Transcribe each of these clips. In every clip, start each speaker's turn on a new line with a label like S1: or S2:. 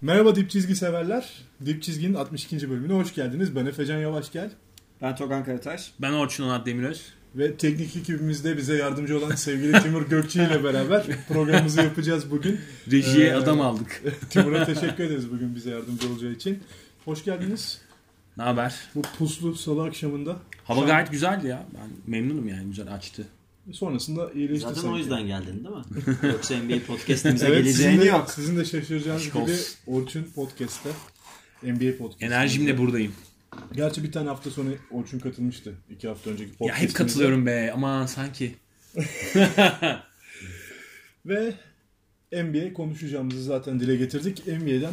S1: Merhaba dip çizgi severler. Dip çizginin 62. bölümüne hoş geldiniz. Ben Efecan Yavaş gel
S2: Ben Togan Karataş.
S3: Ben Orçun Onat Demiröz.
S1: ve teknik ekibimizde bize yardımcı olan sevgili Timur Gökçe ile beraber programımızı yapacağız bugün.
S3: Rejiye
S1: Ee,
S3: adam aldık.
S1: Timur'a teşekkür ederiz bugün bize yardımcı olacağı için. Hoş geldiniz.
S3: Ne haber?
S1: Bu puslu salı akşamında.
S3: Hava
S1: Şu an-
S3: gayet güzeldi ya. Ben memnunum yani güzel açtı.
S1: Sonrasında iyileşti
S2: Zaten o
S1: sanki.
S2: yüzden geldin değil mi? Yoksa NBA podcastimize
S1: Evet,
S2: geleceğin
S1: sizin de,
S2: yok.
S1: sizin de şaşıracağınız
S3: Aşk
S1: gibi
S3: olsun.
S1: Orçun Podcast'te NBA Podcast.
S3: Enerjimle buradayım.
S1: Gerçi bir tane hafta sonra Orçun katılmıştı. iki hafta önceki
S3: Ya
S1: podcast'imize.
S3: hep katılıyorum be. Aman sanki.
S1: Ve NBA konuşacağımızı zaten dile getirdik. NBA'den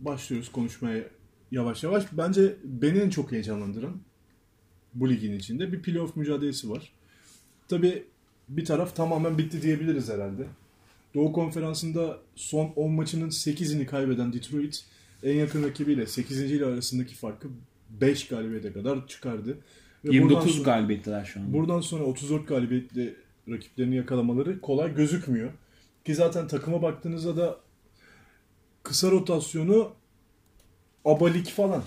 S1: başlıyoruz konuşmaya yavaş yavaş. Bence beni en çok heyecanlandıran bu ligin içinde bir playoff mücadelesi var. Tabii bir taraf tamamen bitti diyebiliriz herhalde. Doğu Konferansı'nda son 10 maçının 8'ini kaybeden Detroit en yakın rakibiyle 8. ile arasındaki farkı 5 galibiyete kadar çıkardı. Ve buradan
S3: 29
S1: sonra-
S3: galibiyetler şu an.
S1: Buradan sonra 34 galibiyetle rakiplerini yakalamaları kolay gözükmüyor. Ki zaten takıma baktığınızda da kısa rotasyonu abalik falan.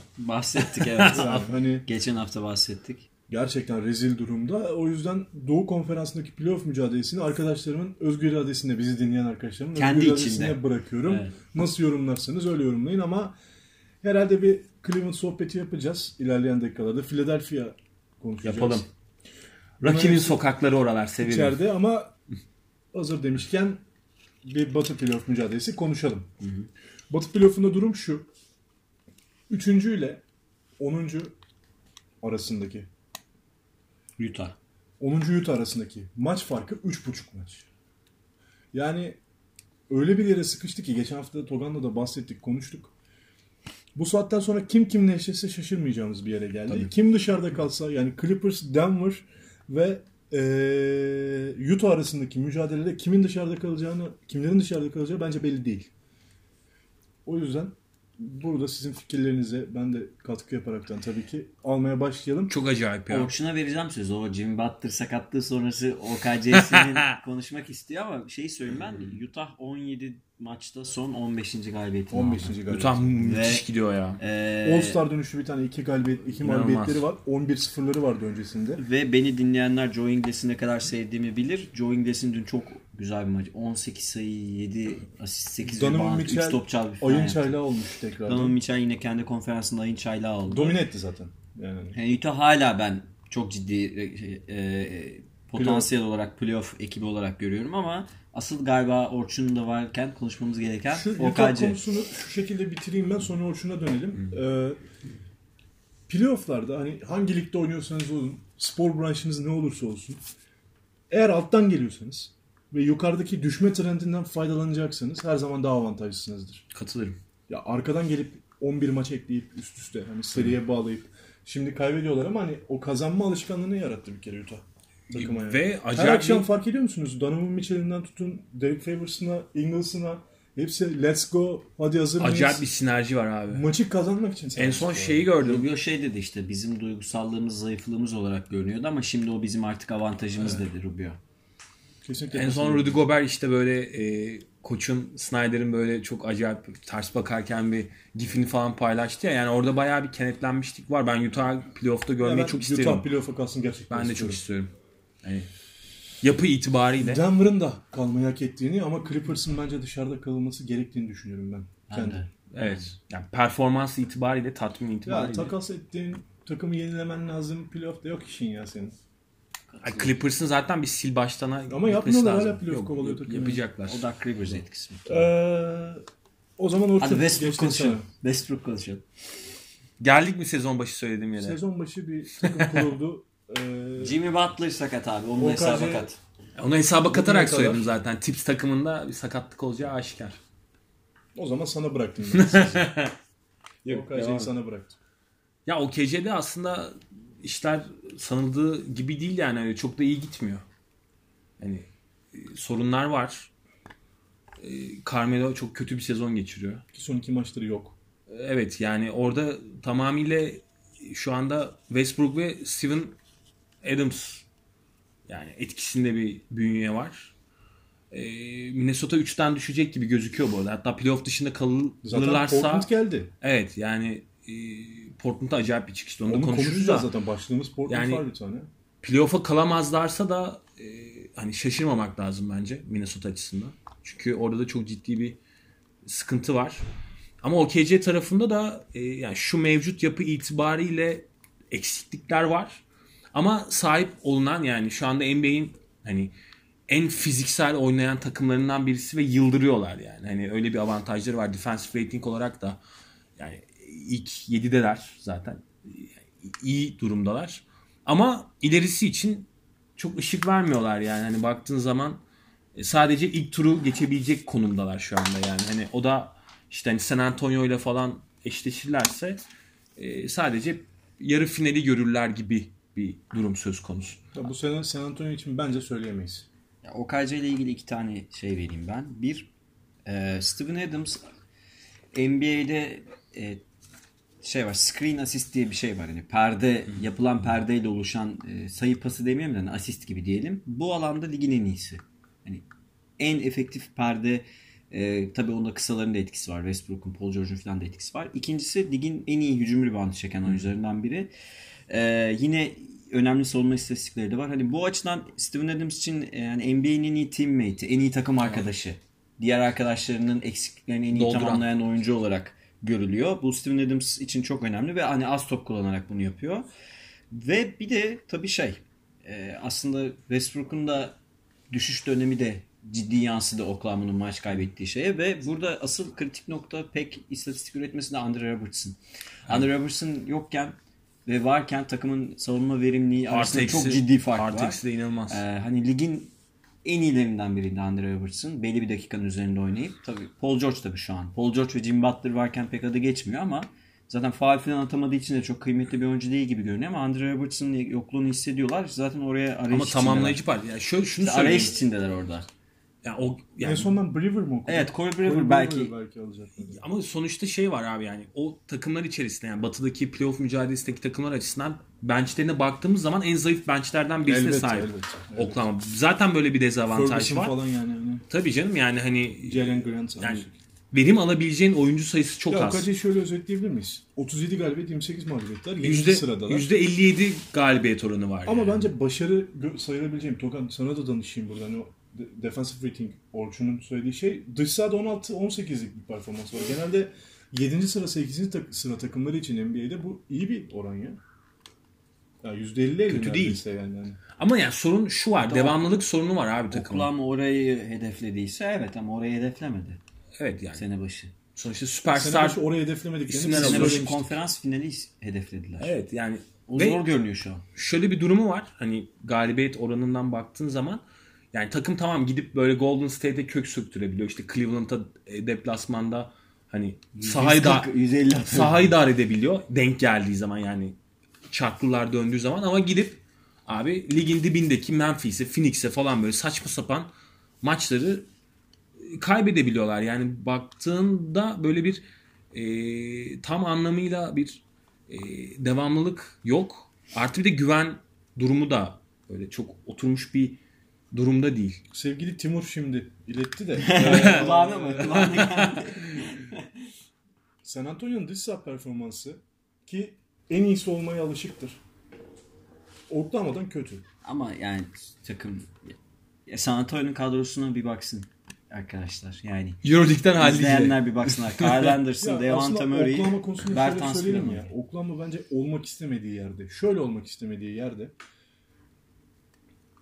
S2: Bahsettik evet.
S1: Yani hani
S2: Geçen hafta bahsettik.
S1: gerçekten rezil durumda. O yüzden Doğu Konferansı'ndaki playoff mücadelesini arkadaşlarımın özgür iradesine, bizi dinleyen arkadaşlarımın
S2: Kendi
S1: özgür iradesine
S2: içinde.
S1: bırakıyorum.
S2: Evet.
S1: Nasıl yorumlarsanız öyle yorumlayın ama herhalde bir Cleveland sohbeti yapacağız ilerleyen dakikalarda. Philadelphia konuşacağız.
S3: Yapalım. Rakibin
S1: Bunların-
S3: sokakları oralar severim.
S1: içeride ama hazır demişken bir Batı playoff mücadelesi konuşalım. Batı playoff'unda durum şu. Üçüncü ile onuncu arasındaki,
S2: Utah.
S1: onuncu Utah arasındaki maç farkı üç buçuk maç. Yani öyle bir yere sıkıştı ki geçen hafta Togan'la da bahsettik, konuştuk. Bu saatten sonra kim kimle eşleşse şaşırmayacağımız bir yere geldi. Kim dışarıda kalsa yani Clippers, Denver ve eee Utah arasındaki mücadelede kimin dışarıda kalacağını, kimlerin dışarıda kalacağı bence belli değil. O yüzden burada sizin fikirlerinize ben de katkı yaparaktan tabii ki almaya başlayalım.
S3: Çok acayip ya.
S2: Orçun'a vereceğim sözü. O Jimmy Butler sakatlığı sonrası OKC'sinin konuşmak istiyor ama şey söyleyeyim
S1: Hmm.
S2: ben. Utah 17 maçta son 15. galibiyetini
S1: 15.
S2: aldı.
S1: galibiyet.
S3: Utah müthiş
S2: Ve-
S3: gidiyor ya.
S2: Ee,
S1: All-Star dönüşü bir tane iki galibiyet, iki
S3: İnanılmaz.
S1: mağlubiyetleri var. 11-0'ları vardı öncesinde.
S2: Ve beni dinleyenler Joe Ingles'i ne kadar sevdiğimi bilir. Joe Ingles'in dün çok güzel bir maçı. 18 sayı, 7 asist, 8
S1: Donovan
S2: rebound, 3
S1: Mitchell
S2: top çaldı. falan
S1: Ayın
S2: yaptı.
S1: çaylağı olmuş
S2: Donovan
S1: tekrardan.
S2: Mitchell yine kendi konferansında ayın çaylağı oldu.
S1: Domine etti zaten. Yani
S2: Yani Utah hala ben çok ciddi e, şey, e, e, potansiyel olarak playoff ekibi olarak görüyorum ama asıl galiba Orçun'un da varken konuşmamız gereken
S1: Şu Utah
S2: OKC.
S1: konusunu şu şekilde bitireyim ben sonra Orçun'a dönelim. Ee, playofflarda hani hangi ligde oynuyorsanız olun, spor branşınız ne olursa olsun. Eğer alttan geliyorsanız ve yukarıdaki düşme trendinden faydalanacaksanız her zaman daha avantajlısınızdır.
S3: Katılırım.
S1: Ya arkadan gelip 11 maç ekleyip üst üste hani seriye bağlayıp şimdi kaybediyorlar ama hani o kazanma alışkanlığını yarattı bir kere Utah takıma. yani.
S3: Ve
S1: Her akşam
S3: acayip bir-
S1: fark ediyor musunuz? Donovan Mitchell'inden tutun, Derek Favors'ına, Ingles'ına hepsi let's go, hadi hazır mıyız?
S3: acayip bir sinerji var abi.
S1: Maçı kazanmak için.
S3: En
S1: savaşıyor.
S3: son şeyi gördüm.
S2: Rubio şey dedi işte bizim duygusallığımız zayıflığımız olarak görünüyordu ama şimdi o bizim artık avantajımız dedi Rubio.
S1: Kesinlikle
S3: En son
S1: katılıyorum.
S3: Rudy Gobert işte böyle e, koçun Snyder'ın böyle çok acayip ters bakarken bir gifini falan paylaştı ya. Yani orada bayağı bir kenetlenmişlik var. Ben Utah playoff'ta
S1: Ya
S3: görmeyi
S1: ben
S3: çok isterim.
S1: Utah playoff'a kalsın gerçekten
S3: ben de çok
S1: istiyorum.
S3: istiyorum. Yani yapı itibariyle.
S1: Denver'ın da kalmayı hak ettiğini ama Clippers'ın bence dışarıda kalılması gerektiğini düşünüyorum ben.
S2: Ben de.
S3: Evet. Yani performans itibariyle, tatmin
S1: Ya
S3: itibariyle.
S1: takas ettiğin takımı yenilemen lazım. Playoff'ta yok işin ya senin.
S3: Ay, Clippers'ın zaten bir sil baştana gitmesi
S1: yapmıyorlar,
S3: lazım.
S1: hala playoff
S3: Yok,
S1: kovalıyor takımı.
S3: Yapacaklar.
S2: O Dark Rivers etkisi. mi?
S1: Ee, o zaman Orçun
S2: Hadi
S1: geçtim
S2: Westbrook
S1: sana.
S2: konuşalım. Westbrook konuşalım.
S3: Geldik mi sezon başı söylediğim yere?
S1: Sezon başı bir takım kuruldu. Ee,
S2: Jimmy Butler sakat abi. Onun
S1: OKC
S2: hesaba kat.
S3: Onu hesaba katarak
S1: kadar-
S3: söyledim zaten. Tips takımında bir sakatlık olacağı aşikar.
S1: o zaman sana bıraktım ben sizi.
S3: Yok,
S1: OKC'yi
S3: devam.
S1: sana bıraktım.
S3: Ya o KC'de aslında işler sanıldığı gibi değil yani Öyle çok da iyi gitmiyor. Yani e, sorunlar var. E, Carmelo çok kötü bir sezon geçiriyor.
S1: Ki son iki maçları yok.
S3: E, Evet yani orada tamamıyla şu anda Westbrook ve Steven Adams yani etkisinde bir bünye var. Ee, Minnesota 3'ten düşecek gibi gözüküyor bu arada. Hatta playoff dışında
S1: Zaten
S3: kalırlarsa
S1: Portland geldi.
S3: evet yani e, Portland'a acayip bir çıkıştı. Onu,
S1: Onu
S3: da konuşuruz da.
S1: konuşacağız zaten. Başlığımız Portland
S3: Yani-
S1: var bir tane.
S3: Playoff'a kalamazlarsa da e, hani şaşırmamak lazım bence Minnesota açısından. Çünkü orada da çok ciddi bir sıkıntı var. Ama OKC tarafında da e, yani şu mevcut yapı itibariyle eksiklikler var. Ama sahip olunan yani şu anda NBA'in hani en fiziksel oynayan takımlarından birisi ve yıldırıyorlar yani. Hani öyle bir avantajları var. Defensive rating olarak da yani ilk 7'deler zaten. Yani iyi durumdalar. Ama ilerisi için çok ışık vermiyorlar yani. Hani baktığın zaman e, sadece ilk turu geçebilecek konumdalar şu anda yani. Hani o da işte hani San Antonio ile falan eşleşirlerse e, sadece yarı finali görürler gibi bir durum söz konusu.
S1: Ya bu sene San Antonio için bence söyleyemeyiz.
S2: Ya, OKC ile ilgili iki tane şey vereyim ben. Bir, e, Steven Adams NBA'de e, şey var, screen assist diye bir şey var. Yani perde, yapılan perdeyle oluşan e, sayı pası demeyeyim de hani asist gibi diyelim. Bu alanda ligin en iyisi. Yani en efektif perde e, tabii onda kısaların da etkisi var. Westbrook'un, Paul George'un falan da etkisi var. İkincisi ligin en iyi hücum reboundu çeken oyuncularından biri. E, yine önemli savunma istatistikleri de var. Hani bu açıdan Steven Adams için e, yani NBA'nin en iyi teammate'i, en iyi takım arkadaşı. Diğer arkadaşlarının eksikliklerini en iyi
S3: Dolduran.
S2: tamamlayan oyuncu olarak görülüyor. Bu Steven Adams için çok önemli ve hani az top kullanarak bunu yapıyor. Ve bir de tabii şey e, aslında Westbrook'un da düşüş dönemi de ciddi yansıdı Oklahoma'nın maç kaybettiği şeye ve burada asıl kritik nokta pek istatistik üretmesi de Andre Robertson. Andre Robertson yokken ve varken takımın savunma verimliği arasında çok ciddi fark
S3: artı
S2: var.
S3: eksi de inanılmaz.
S2: Ee, hani ligin en iyilerinden biriydi Andre Robertson. Belli bir dakikanın üzerinde oynayıp tabii Paul George tabii şu an. Paul George ve Jimmy Butler varken pek adı geçmiyor ama zaten faal falan atamadığı için de çok kıymetli bir oyuncu değil gibi görünüyor ama Andre Robertson'ın yokluğunu hissediyorlar. Zaten oraya arayış
S3: Ama
S2: içindeler.
S3: tamamlayıcı part. Yani şöyle şunu
S2: İşte
S3: söyleyeyim.
S2: arayış içindeler orada.
S3: Yani o yani
S1: en sondan Brewer mi okudu?
S2: Evet, Corey Brewer
S1: Brewer'ı
S2: belki-
S1: belki alacaklar.
S3: ama sonuçta şey var abi yani o takımlar içerisinde yani batıdaki playoff mücadelesindeki takımlar açısından benchlerine baktığımız zaman en zayıf benchlerden birisine
S1: Elbette,
S3: sahip.
S1: elbette, elbette.
S3: Oklahoma. Zaten böyle bir dezavantaj
S1: Ferguson
S3: var.
S1: falan yani. yani.
S3: Tabii canım yani hani
S1: Jalen Grant.
S3: yani
S1: Yani,
S3: verim alabileceğin oyuncu sayısı çok
S1: ya
S3: az.
S1: Okaca'yı şöyle özetleyebilir miyiz? 37 galibiyet 28 mağlubiyetler.
S3: Yüzde,
S1: Yüzde, sıradalar.
S3: yüzde 57 galibiyet oranı var.
S1: Ama
S3: yani.
S1: bence başarı gö- sayılabileceğim. Tokan sana da danışayım buradan. O de- defensive rating Orçun'un söylediği şey dış sahada 16-18'lik bir performans var. Genelde 7. sıra 8. Tak- sıra takımları için NBA'de bu iyi bir oran ya. Ya %50
S3: Kötü
S1: Kötü değil.
S3: değil.
S1: Yani. Hani yani.
S3: Ama yani sorun şu var. Devamlılık sorunu var abi takımın.
S2: Oklahoma orayı hedeflediyse evet ama orayı hedeflemedi
S3: Evet yani.
S2: sene başı.
S3: Sonuçta
S1: Sene
S3: süperstar
S1: başı oraya hedeflemediklerini
S3: İsimler
S1: biz
S2: Sene başı
S1: söylemiştik.
S2: konferans finali hedeflediler.
S3: Evet yani
S2: O
S3: ve
S2: zor görünüyor şu an.
S3: şöyle bir durumu var. Hani galibiyet oranından baktığın zaman yani takım tamam gidip böyle Golden State'e kök söktürebiliyor. İşte Cleveland'a e, deplasmanda hani sahayı da
S2: 140, 150 atıyor.
S3: sahayı idare edebiliyor. Denk geldiği zaman yani çarklılar döndüğü zaman ama gidip abi ligin dibindeki Memphis'e, Phoenix'e falan böyle saçma sapan maçları e, kaybedebiliyorlar. Yani baktığında böyle bir e, tam anlamıyla bir e, devamlılık yok. Artı bir de güven durumu da böyle çok oturmuş bir durumda değil.
S1: Sevgili Timur şimdi iletti de. Ee,
S2: Kulağına mı? Kulağına geldi.
S1: San Antonio'nun dış saha performansı ki en iyisi olmaya alışıktır. Oklahoma'dan kötü.
S2: Ama yani takım ya San Antonio'nun kadrosuna bir baksın arkadaşlar. Yani
S3: Euroleague'den
S2: izleyenler bir baksınlar. Kyle Anderson,
S1: Ya
S2: Devonta
S1: aslında
S2: Murray,
S1: Oklahoma konusunda şöyle
S2: Bertans
S1: söyleyelim
S2: Murray.
S1: ya. Oklahoma bence olmak istemediği yerde. Şöyle olmak istemediği yerde.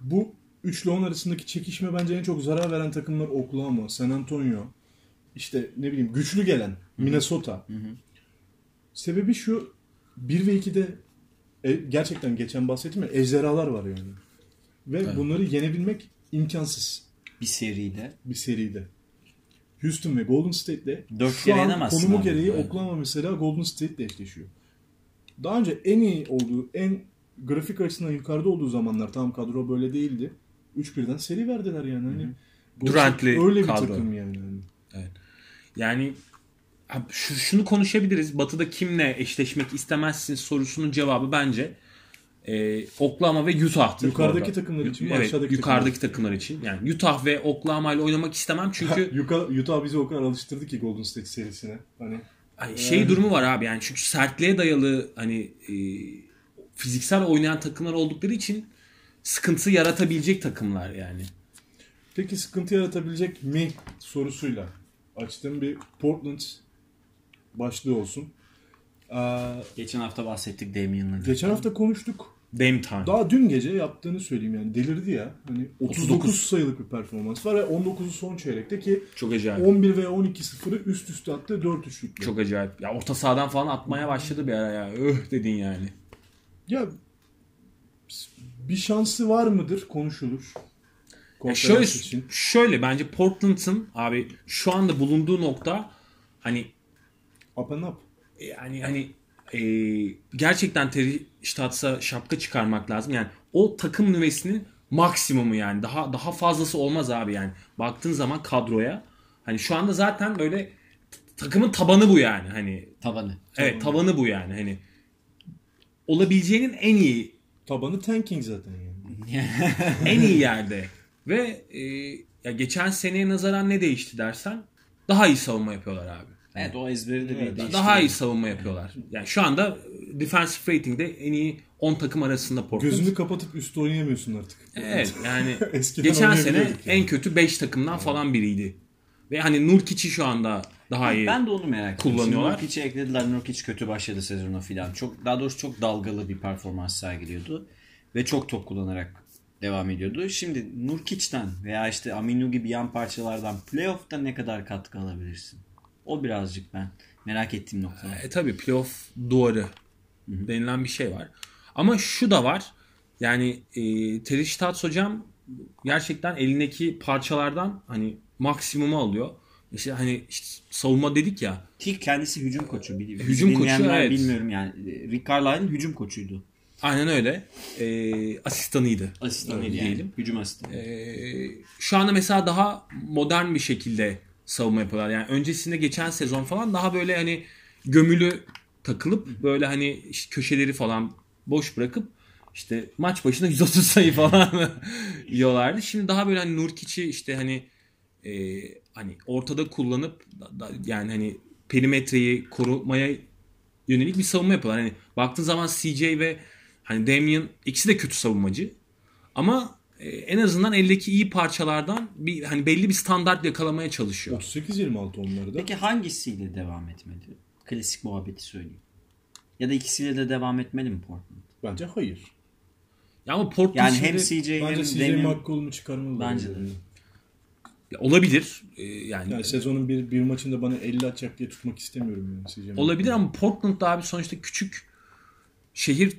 S1: Bu üçlü on arasındaki çekişme bence en çok zarar veren takımlar Oklahoma, San Antonio, işte ne bileyim güçlü gelen Minnesota. Sebebi şu 1 ve 2'de e, gerçekten geçen bahsettim ya ejderhalar var yani. Ve bunları yenebilmek imkansız
S2: bir seride.
S1: bir seride. Houston ve Golden State'le
S2: Dört
S1: şu
S2: kere
S1: an
S2: yenemezsin
S1: konumu
S2: abi.
S1: gereği
S2: Evet.
S1: Oklahoma mesela Golden State'le eşleşiyor. Daha önce en iyi olduğu, en grafik açısından yukarıda olduğu zamanlar tam kadro böyle değildi. 3-1'den seri verdiler yani. Hani bu
S3: Durant'li
S1: takım öyle bir
S3: kadro.
S1: takım yani. Hani
S3: Yani ha, şu, şunu konuşabiliriz. Batı'da kimle eşleşmek istemezsin sorusunun cevabı bence e, Oklahoma ve Utah'tı.
S1: Yukarıdaki
S3: bu arada.
S1: takımlar için mi,
S3: Evet,
S1: aşağıdaki
S3: yukarıdaki takımlar için. Yani Utah ve Oklahoma ile oynamak istemem çünkü
S1: Yuka- Utah bizi o kadar alıştırdı ki Golden State serisine. Hani
S3: Ay, şey durumu var abi yani çünkü sertliğe dayalı hani e, fiziksel oynayan takımlar oldukları için sıkıntı yaratabilecek takımlar yani.
S1: Peki sıkıntı yaratabilecek mi sorusuyla açtığım bir Portland başlığı olsun. Ee,
S2: Geçen hafta bahsettik Damian'la.
S1: geçen hafta konuştuk.
S3: Dame time.
S1: Daha dün gece yaptığını söyleyeyim yani delirdi ya. Hani 39,
S3: 39
S1: sayılık bir performans var ve 19'u son çeyrekte ki
S3: Çok acayip.
S1: 11 ve 12-0'ı üst üste attı 4 üçlükle.
S3: Çok acayip. Ya orta sahadan falan atmaya başladı bir ara ya. Öh dedin yani.
S1: Ya bir şansı var mıdır konuşulur.
S3: Ya
S1: Konferans
S3: şöyle
S1: için.
S3: şöyle bence Portland'ın abi şu anda bulunduğu nokta hani
S1: Up and up.
S3: yani hani e, gerçekten Terry Stotts'a şapka çıkarmak lazım. Yani o takım nüvesinin maksimumu yani. Daha daha fazlası olmaz abi yani. Baktığın zaman kadroya hani şu anda zaten böyle takımın tabanı bu yani. Hani
S2: Tabanı.
S3: evet tabanı bu yani. Hani olabileceğinin en iyi
S1: Tabanı tanking zaten yani.
S3: en iyi yerde. Ve e, ya geçen seneye nazaran ne değişti dersen daha iyi savunma yapıyorlar abi.
S2: Evet o ezberi de bir değişti.
S3: Daha iyi savunma yapıyorlar. Yani şu anda e, defensive rating'de en iyi 10 takım arasında Portland.
S1: Gözünü kapatıp üstü oynayamıyorsun artık.
S3: Evet yani
S1: Eskiden
S3: geçen sene
S1: oynayabiliyorduk yani.
S3: en kötü 5 takımdan falan biriydi. Ve hani Nurkic'i şu anda daha iyi.
S2: Ben de onu merak ediyorum.
S3: Kullanıyorlar.
S2: Şimdi Nurkic'i eklediler. Nurkic kötü başladı sezona filan. Çok daha doğrusu çok dalgalı bir performans sergiliyordu ve çok top kullanarak devam ediyordu. Şimdi Nurkic'ten veya işte Aminu gibi yan parçalardan playoff'ta ne kadar katkı alabilirsin? O birazcık ben merak ettiğim nokta.
S3: E tabi playoff duvarı denilen bir şey var. Ama şu da var. Yani e, Terry Stotts hocam gerçekten elindeki parçalardan hani maksimumu alıyor. Mesela hani işte savunma dedik ya.
S2: Ki kendisi hücum koçu. Bil-
S3: Hücum koçu,
S2: dinleyenler
S3: evet.
S2: Bilmiyorum yani. Rick Carlisle'ın hücum koçuydu.
S3: Aynen öyle. E, asistanıydı.
S2: Asistanı
S3: Öyle
S2: yani.
S3: diyelim.
S2: Hücum asistanı.
S3: Ee, şu anda mesela daha modern bir şekilde savunma yapıyorlar. Yani öncesinde geçen sezon falan daha böyle hani gömülü takılıp böyle hani işte köşeleri falan boş bırakıp işte maç başına 130 sayı falan yiyorlardı. Şimdi daha böyle hani Nurkic'i işte hani e, hani ortada kullanıp da- da- yani hani perimetreyi korumaya yönelik bir savunma yapıyorlar. Hani baktığın zaman CJ ve hani Damian ikisi de kötü savunmacı. Ama e, en azından eldeki iyi parçalardan bir hani belli bir standart yakalamaya çalışıyor.
S1: 38-26 onları da.
S2: Peki hangisiyle devam etmeli? Klasik muhabbeti söyleyeyim. Ya da ikisiyle de devam etmeli mi Portland?
S1: Bence hayır.
S3: Ya ama Portland
S2: Yani
S3: şimdi-
S2: hem CJ
S1: Bence CJ
S2: hem Damian...
S1: McCollum'u çıkarmalı.
S2: Bence de.
S3: Ya olabilir. E, yani,
S1: Yani sezonun bir, bir maçında bana 50 atacak diye tutmak istemiyorum yani CJ McCollum.
S3: olabilir ama Portland'da abi sonuçta küçük şehir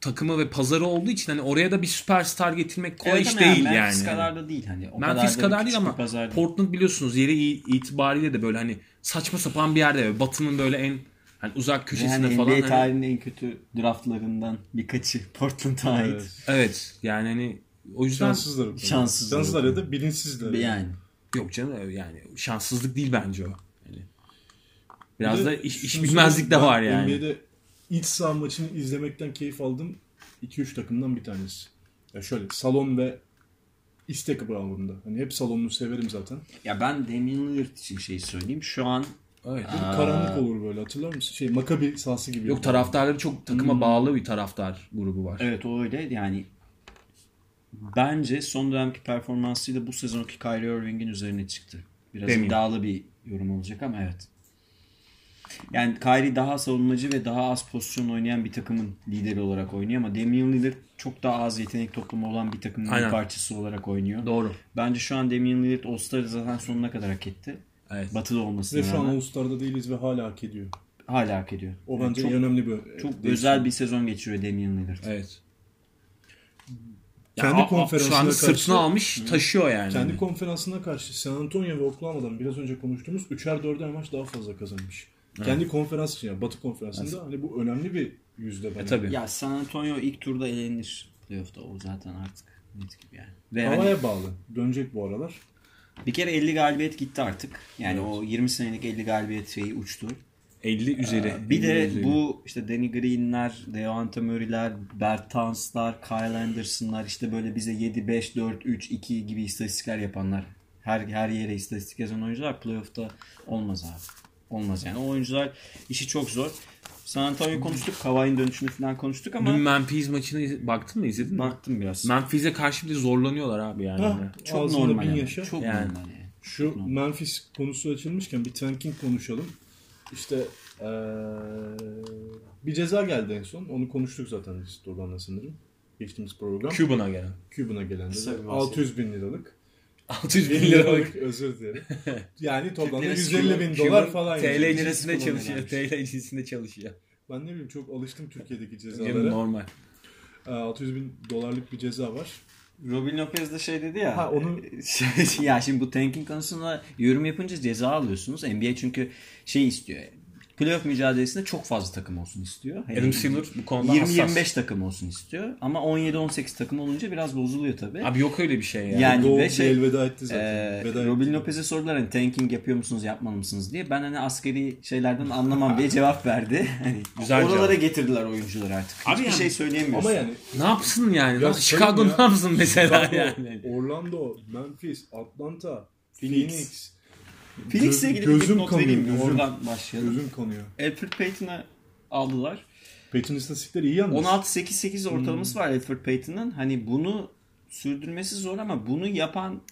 S3: takımı ve pazarı olduğu için hani oraya da bir süperstar getirmek kolay
S2: Evet
S3: iş
S2: ama
S3: değil
S2: Memphis
S3: yani.
S2: kadar da değil hani. O
S3: Memphis
S2: da
S3: kadar,
S2: küçük
S3: değil
S2: bir
S3: ama
S2: pazar değil.
S3: Portland biliyorsunuz yeri i- itibariyle de böyle hani saçma sapan bir yerde. böyle Batı'nın böyle en hani uzak köşesinde
S2: yani
S3: falan.
S2: NBA
S3: hani-
S2: tarihinin en kötü draftlarından birkaçı Portland'a ait.
S1: Evet.
S3: evet yani hani o yüzden
S1: Şanssızlar. o konuda.
S2: Şanssızlar.
S1: Şanssızlar ya da bilinçsizler.
S2: Yani
S3: Yok canım e, yani şanssızlık değil bence o. Yani biraz
S1: Bir de
S3: da iş, iş
S1: şunu
S3: bilmezlik de
S1: söyleyeyim,
S3: var
S1: ben
S3: yani.
S1: NBA'de iç saha maçını izlemekten keyif aldım. 2-3 takımdan bir tanesi. Ya şöyle salon ve istek bağlamında. Hani hep salonunu severim zaten.
S2: ya ben Damian Lillard için şey söyleyeyim. Şu an
S3: Evet.
S1: Bir karanlık olur böyle hatırlar mısın? Şey Makabi sahası gibi.
S3: Yok taraftarları çok takıma
S1: Hmm.
S3: bağlı bir taraftar grubu var.
S2: evet o öyle yani bence son dönemki performansıyla bu sezonki Kyrie Irving'in üzerine çıktı. Biraz
S3: Damian.
S2: iddialı bir yorum olacak ama evet. Yani Kyrie daha savunmacı ve daha az pozisyon oynayan bir takımın lideri olarak oynuyor ama Damian Lillard çok daha az yetenek toplumu olan bir takımın
S3: Aynen.
S2: bir parçası olarak oynuyor.
S3: Doğru.
S2: Bence şu an Damian Lillard All-Star'ı zaten sonuna kadar hak etti.
S3: Evet.
S2: Batı'da
S1: Ve
S2: olmasına
S1: şu an
S2: rağmen
S1: All-Star'da değiliz ve hala hak ediyor.
S2: hala hak ediyor.
S1: O
S2: Yani
S1: bence
S2: çok,
S1: önemli bir
S2: çok özel bir sezon geçiriyor Damian Lillard.
S3: Evet.
S1: Kendi
S3: a- a-
S1: konferansına
S3: şu anda
S1: karşı- Hmm.
S3: sırtına almış taşıyor yani.
S1: Kendi konferansına karşı San Antonio ve Oklahoma'dan biraz önce konuştuğumuz 3'er 4'er maç daha fazla kazanmış. Kendi konferans için yani Batı konferansında hani bu önemli bir
S2: E,
S1: yüzde bence.
S3: tabii.
S2: Ya San Antonio ilk turda elenir. Playoff'ta o zaten artık net gibi yani. Ve hani
S1: Havaya bağlı. Dönecek bu aralar.
S2: bir kere 50 galibiyet gitti artık. Yani o 20 senelik 50 galibiyet şeyi uçtu.
S3: 50 üzeri.
S2: Bir
S3: 50
S2: de
S3: üzeri.
S2: bu işte Danny Green'ler, Deontay Murray'ler, Bertans'lar, Kyle Anderson'lar işte böyle bize 7, 5, 4, 3, 2 gibi istatistikler yapanlar. Her, her yere istatistik yazan oyuncular playoff'ta olmaz abi. Olmaz yani. O oyuncular işi çok zor. San Antonio'yu konuştuk. Kawhi'nin dönüşünü falan konuştuk ama
S3: Dün Memphis maçını iz- baktın mı izledin mi?
S2: baktım biraz.
S3: Memphis'e karşı bir de zorlanıyorlar abi yani.
S1: Ha.
S2: Çok
S1: Ağzında
S2: normal
S1: bin
S2: yani.
S1: yaşa.
S2: Çok
S3: Yani.
S2: normal yani.
S1: Şu Memphis konusu açılmışken bir tanking konuşalım. İşte eee, bir ceza geldi en son. Onu konuştuk zaten biz Dorgan'la sanırım. Geçtiğimiz program.
S3: Cuban'a gelen.
S1: Cuban'a gelen
S2: Kısa bir
S1: dedi.
S2: bahsedelim.
S1: 600 bin liralık.
S3: 600
S1: Bin liralık özür dilerim. Yani toplamda
S2: Türk lirası
S1: 150 bin
S2: Cuban-
S1: dolar falan.
S3: TL
S1: yani.
S3: cinsinde
S2: kullanıyorlar.
S3: çalışıyor. TL cinsinde çalışıyor.
S1: Ben ne bileyim çok alıştım Türkiye'deki
S3: Canım
S1: cezalara.
S3: normal.
S1: Eee, 600 bin dolarlık bir ceza var.
S2: Robin Lopez de şey dedi ya.
S1: Ha, onu-
S2: şey- ya şimdi bu tanking konusunda yorum yapınca ceza alıyorsunuz. NBA çünkü şey istiyor. Playoff mücadelesinde çok fazla takım olsun istiyor. Hani
S3: Adam Silver bu konuda
S2: 20
S3: hassas.
S2: 25 takım olsun istiyor ama 17 18 takım olunca biraz bozuluyor tabii.
S3: Abi yok öyle bir şey ya.
S2: Yani
S1: Doğu
S2: ve şey-
S1: elveda etti zaten.
S2: Ee,
S1: Veda
S2: Robin
S1: etti.
S2: Lopez'e sordular hani tanking yapıyor musunuz yapmalı mısınız diye. Ben hani askeri şeylerden anlamam diye cevap verdi. Hani
S3: Güzel
S2: oralara
S3: cevap.
S2: getirdiler oyuncuları artık.
S3: Abi
S2: Hiçbir
S3: yani-
S2: şey söyleyemiyorsun.
S1: Ama yani
S3: Ne yapsın yani?
S1: Ya
S3: Lan Chicago
S1: sayın ya.
S3: ne yapsın mesela
S1: Chicago,
S3: yani?
S1: Orlando, Memphis, Atlanta,
S2: Phoenix.
S1: Phoenix.
S2: Phoenix'le
S1: Göz-
S2: ilgili bir
S1: gözüm
S2: not
S1: kanıyor,
S2: vereyim. mi?
S1: gözüm.
S2: Oradan başlayalım.
S1: Gözüm kanıyor.
S2: Alfred Payton'ı aldılar.
S1: Peyton istatistikleri iyi yalnız.
S2: 16-8-8 ortalaması var Alfred Payton'ın. Hani bunu sürdürmesi zor ama bunu yapan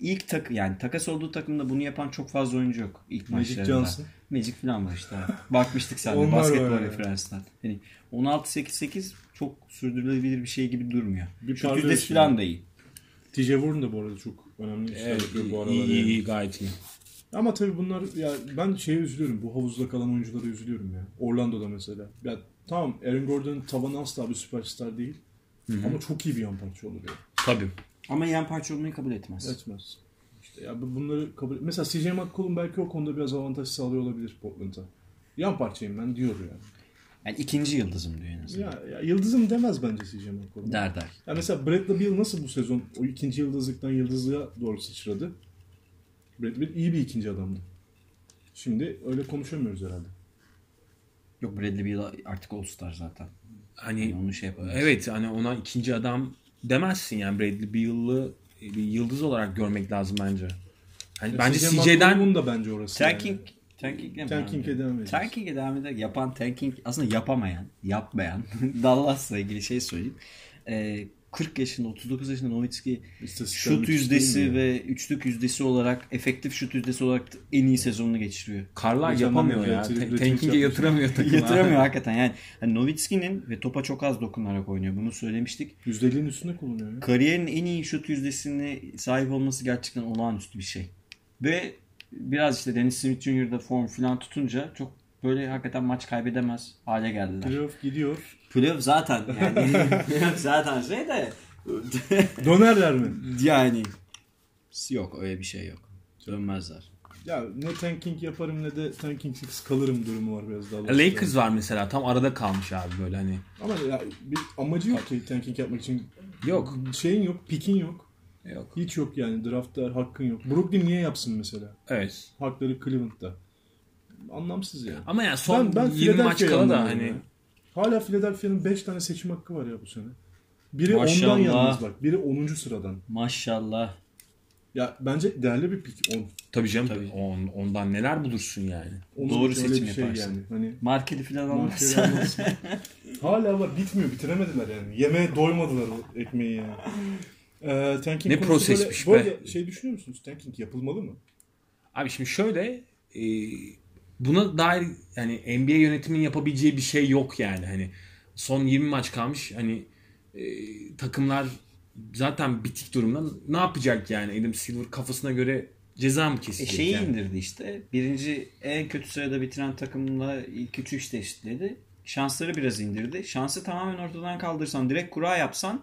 S2: ilk takı yani takas olduğu takımda bunu yapan çok fazla oyuncu yok ilk
S1: Magic
S2: maçlarında.
S1: Johnson.
S2: Magic falan var işte. Bakmıştık sen de
S1: Onlar
S2: basketbol
S1: var.
S2: referanslar. Hani 16-8-8 çok sürdürülebilir bir şey gibi durmuyor.
S1: Bir
S2: Şut
S1: parlıyor
S2: yüzdesi
S1: şimdi.
S2: falan da iyi.
S1: TJ Warren da bu arada çok önemli işler
S3: Evet,
S1: yapıyor bu aralar.
S3: iyi, iyi,
S1: yani.
S3: iyi, gayet iyi.
S1: Ama tabii bunlar ya ben şeye üzülüyorum. Bu havuzda kalan oyunculara üzülüyorum ya. Orlando'da mesela. Ya tamam Aaron Gordon'ın tabanı asla bir süperstar değil. Ama çok iyi bir yan parça olur ya.
S3: Tabii.
S2: Ama yan parça olmayı kabul etmez.
S1: Etmez. İşte ya bu- bunları kabul... Mesela CJ McCollum belki o konuda biraz avantaj sağlıyor olabilir Portland'a. Yan parçayım ben diyor yani.
S2: Yani ikinci yıldızım diyor en azından.
S1: Ya, ya yıldızım demez bence CJ McCollum.
S2: Der der.
S1: Ya mesela Brad'la Beal nasıl bu sezon o ikinci yıldızlıktan yıldızlığa doğru sıçradı? Brad Beal iyi bir ikinci adamdı. Şimdi öyle konuşamıyoruz herhalde.
S2: Yok Bradley Beal artık All-Star zaten.
S3: Hani
S2: Yani onu şey yapamaz.
S3: evet hani ona ikinci adam demezsin yani Bradley Beal'ı bir yıldız olarak görmek lazım bence. Hani bence
S1: CJ
S3: CJ'den
S1: McCollum'un da bence orası.
S2: Tanking
S1: yani.
S2: Tanking'e mi?
S1: Tanking'e
S2: abi?
S1: devam edeceğiz.
S2: Tanking'e devam eder. Yapan tanking aslında yapamayan, yapmayan Dallas'la ilgili şey söyleyeyim. Ee, 40 yaşında, 39 yaşında Nowitzki
S1: İstatistikler
S2: şut
S1: müthiş değil
S2: yüzdesi
S1: mi ya?
S2: ve üçlük yüzdesi olarak efektif şut yüzdesi olarak en iyi sezonunu geçiriyor.
S3: Karlar
S1: Geçen
S3: yapamıyor
S1: hamle
S3: ya.
S1: üretili-
S3: Te-
S1: üretim
S3: Tanking'e
S1: yapmış.
S3: yatıramıyor takımı.
S2: Yatıramıyor hakikaten yani. Hani Nowitzki'nin ve topa çok az dokunarak oynuyor. Bunu söylemiştik.
S1: %50'nin üstünde kullanıyor ya.
S2: Kariyerin en iyi şut yüzdesine sahip olması gerçekten olağanüstü bir şey. Ve biraz işte Dennis Smith Jr.'da form falan tutunca çok böyle hakikaten maç kaybedemez hale geldiler.
S1: Playoff gidiyor.
S2: Playoff zaten yani. Playoff zaten şey de
S1: Dönerler mi?
S2: yani yok öyle bir şey yok. Dönmezler.
S1: Ya ne tanking yaparım ne de tankingsız kalırım durumu var biraz daha.
S3: Lakers var mesela tam arada kalmış abi böyle hani.
S1: Ama ya bir amacı yok ki tanking yapmak için.
S3: Yok.
S1: Şeyin yok, pikin yok.
S3: Yok.
S1: Hiç yok yani draftta hakkın yok. Brooklyn niye yapsın mesela?
S3: Evet.
S1: Hakları Cleveland'da. Anlamsız yani.
S3: Ama yani son 20 maç
S1: Philadelphia'yı
S3: kala da
S1: anlamıyorum ya.
S3: hani
S1: Hala Philadelphia'nın 5 tane seçim hakkı var ya bu sene. Biri
S2: Maşallah.
S1: ondan yalnız bak. Biri 10. sıradan.
S2: Maşallah.
S1: Ya bence değerli bir pik. On,
S3: tabii canım
S2: Tabii.
S3: on- ondan neler bulursun yani.
S1: onun
S2: Doğru
S1: için öyle
S2: seçim
S1: bir şey
S2: yaparsın.
S1: Yani. Hani
S2: Marketi falan
S1: Markeri
S2: almazsa.
S1: almazsın. Hala var. Bitmiyor. Bitiremediler yani. Yemeğe doymadılar o ekmeği yani. Ee, tanking
S3: Ne
S1: konusu
S3: prosesmiş
S1: böyle,
S3: be.
S1: Böyle şey düşünüyor musunuz? Tanking yapılmalı mı?
S3: Abi şimdi şöyle e, buna dair yani NBA yönetiminin yapabileceği bir şey yok yani hani son 20 maç kalmış hani e, takımlar zaten bitik durumda ne yapacak yani Adam Silver kafasına göre ceza mı
S2: E
S3: kesecek
S2: şeyi
S3: yani?
S2: indirdi işte. Birinci en kötü sırada bitiren takımla ilk üçü işte eşitledi. Şansları biraz indirdi. Şansı tamamen ortadan kaldırsan, direkt kura yapsan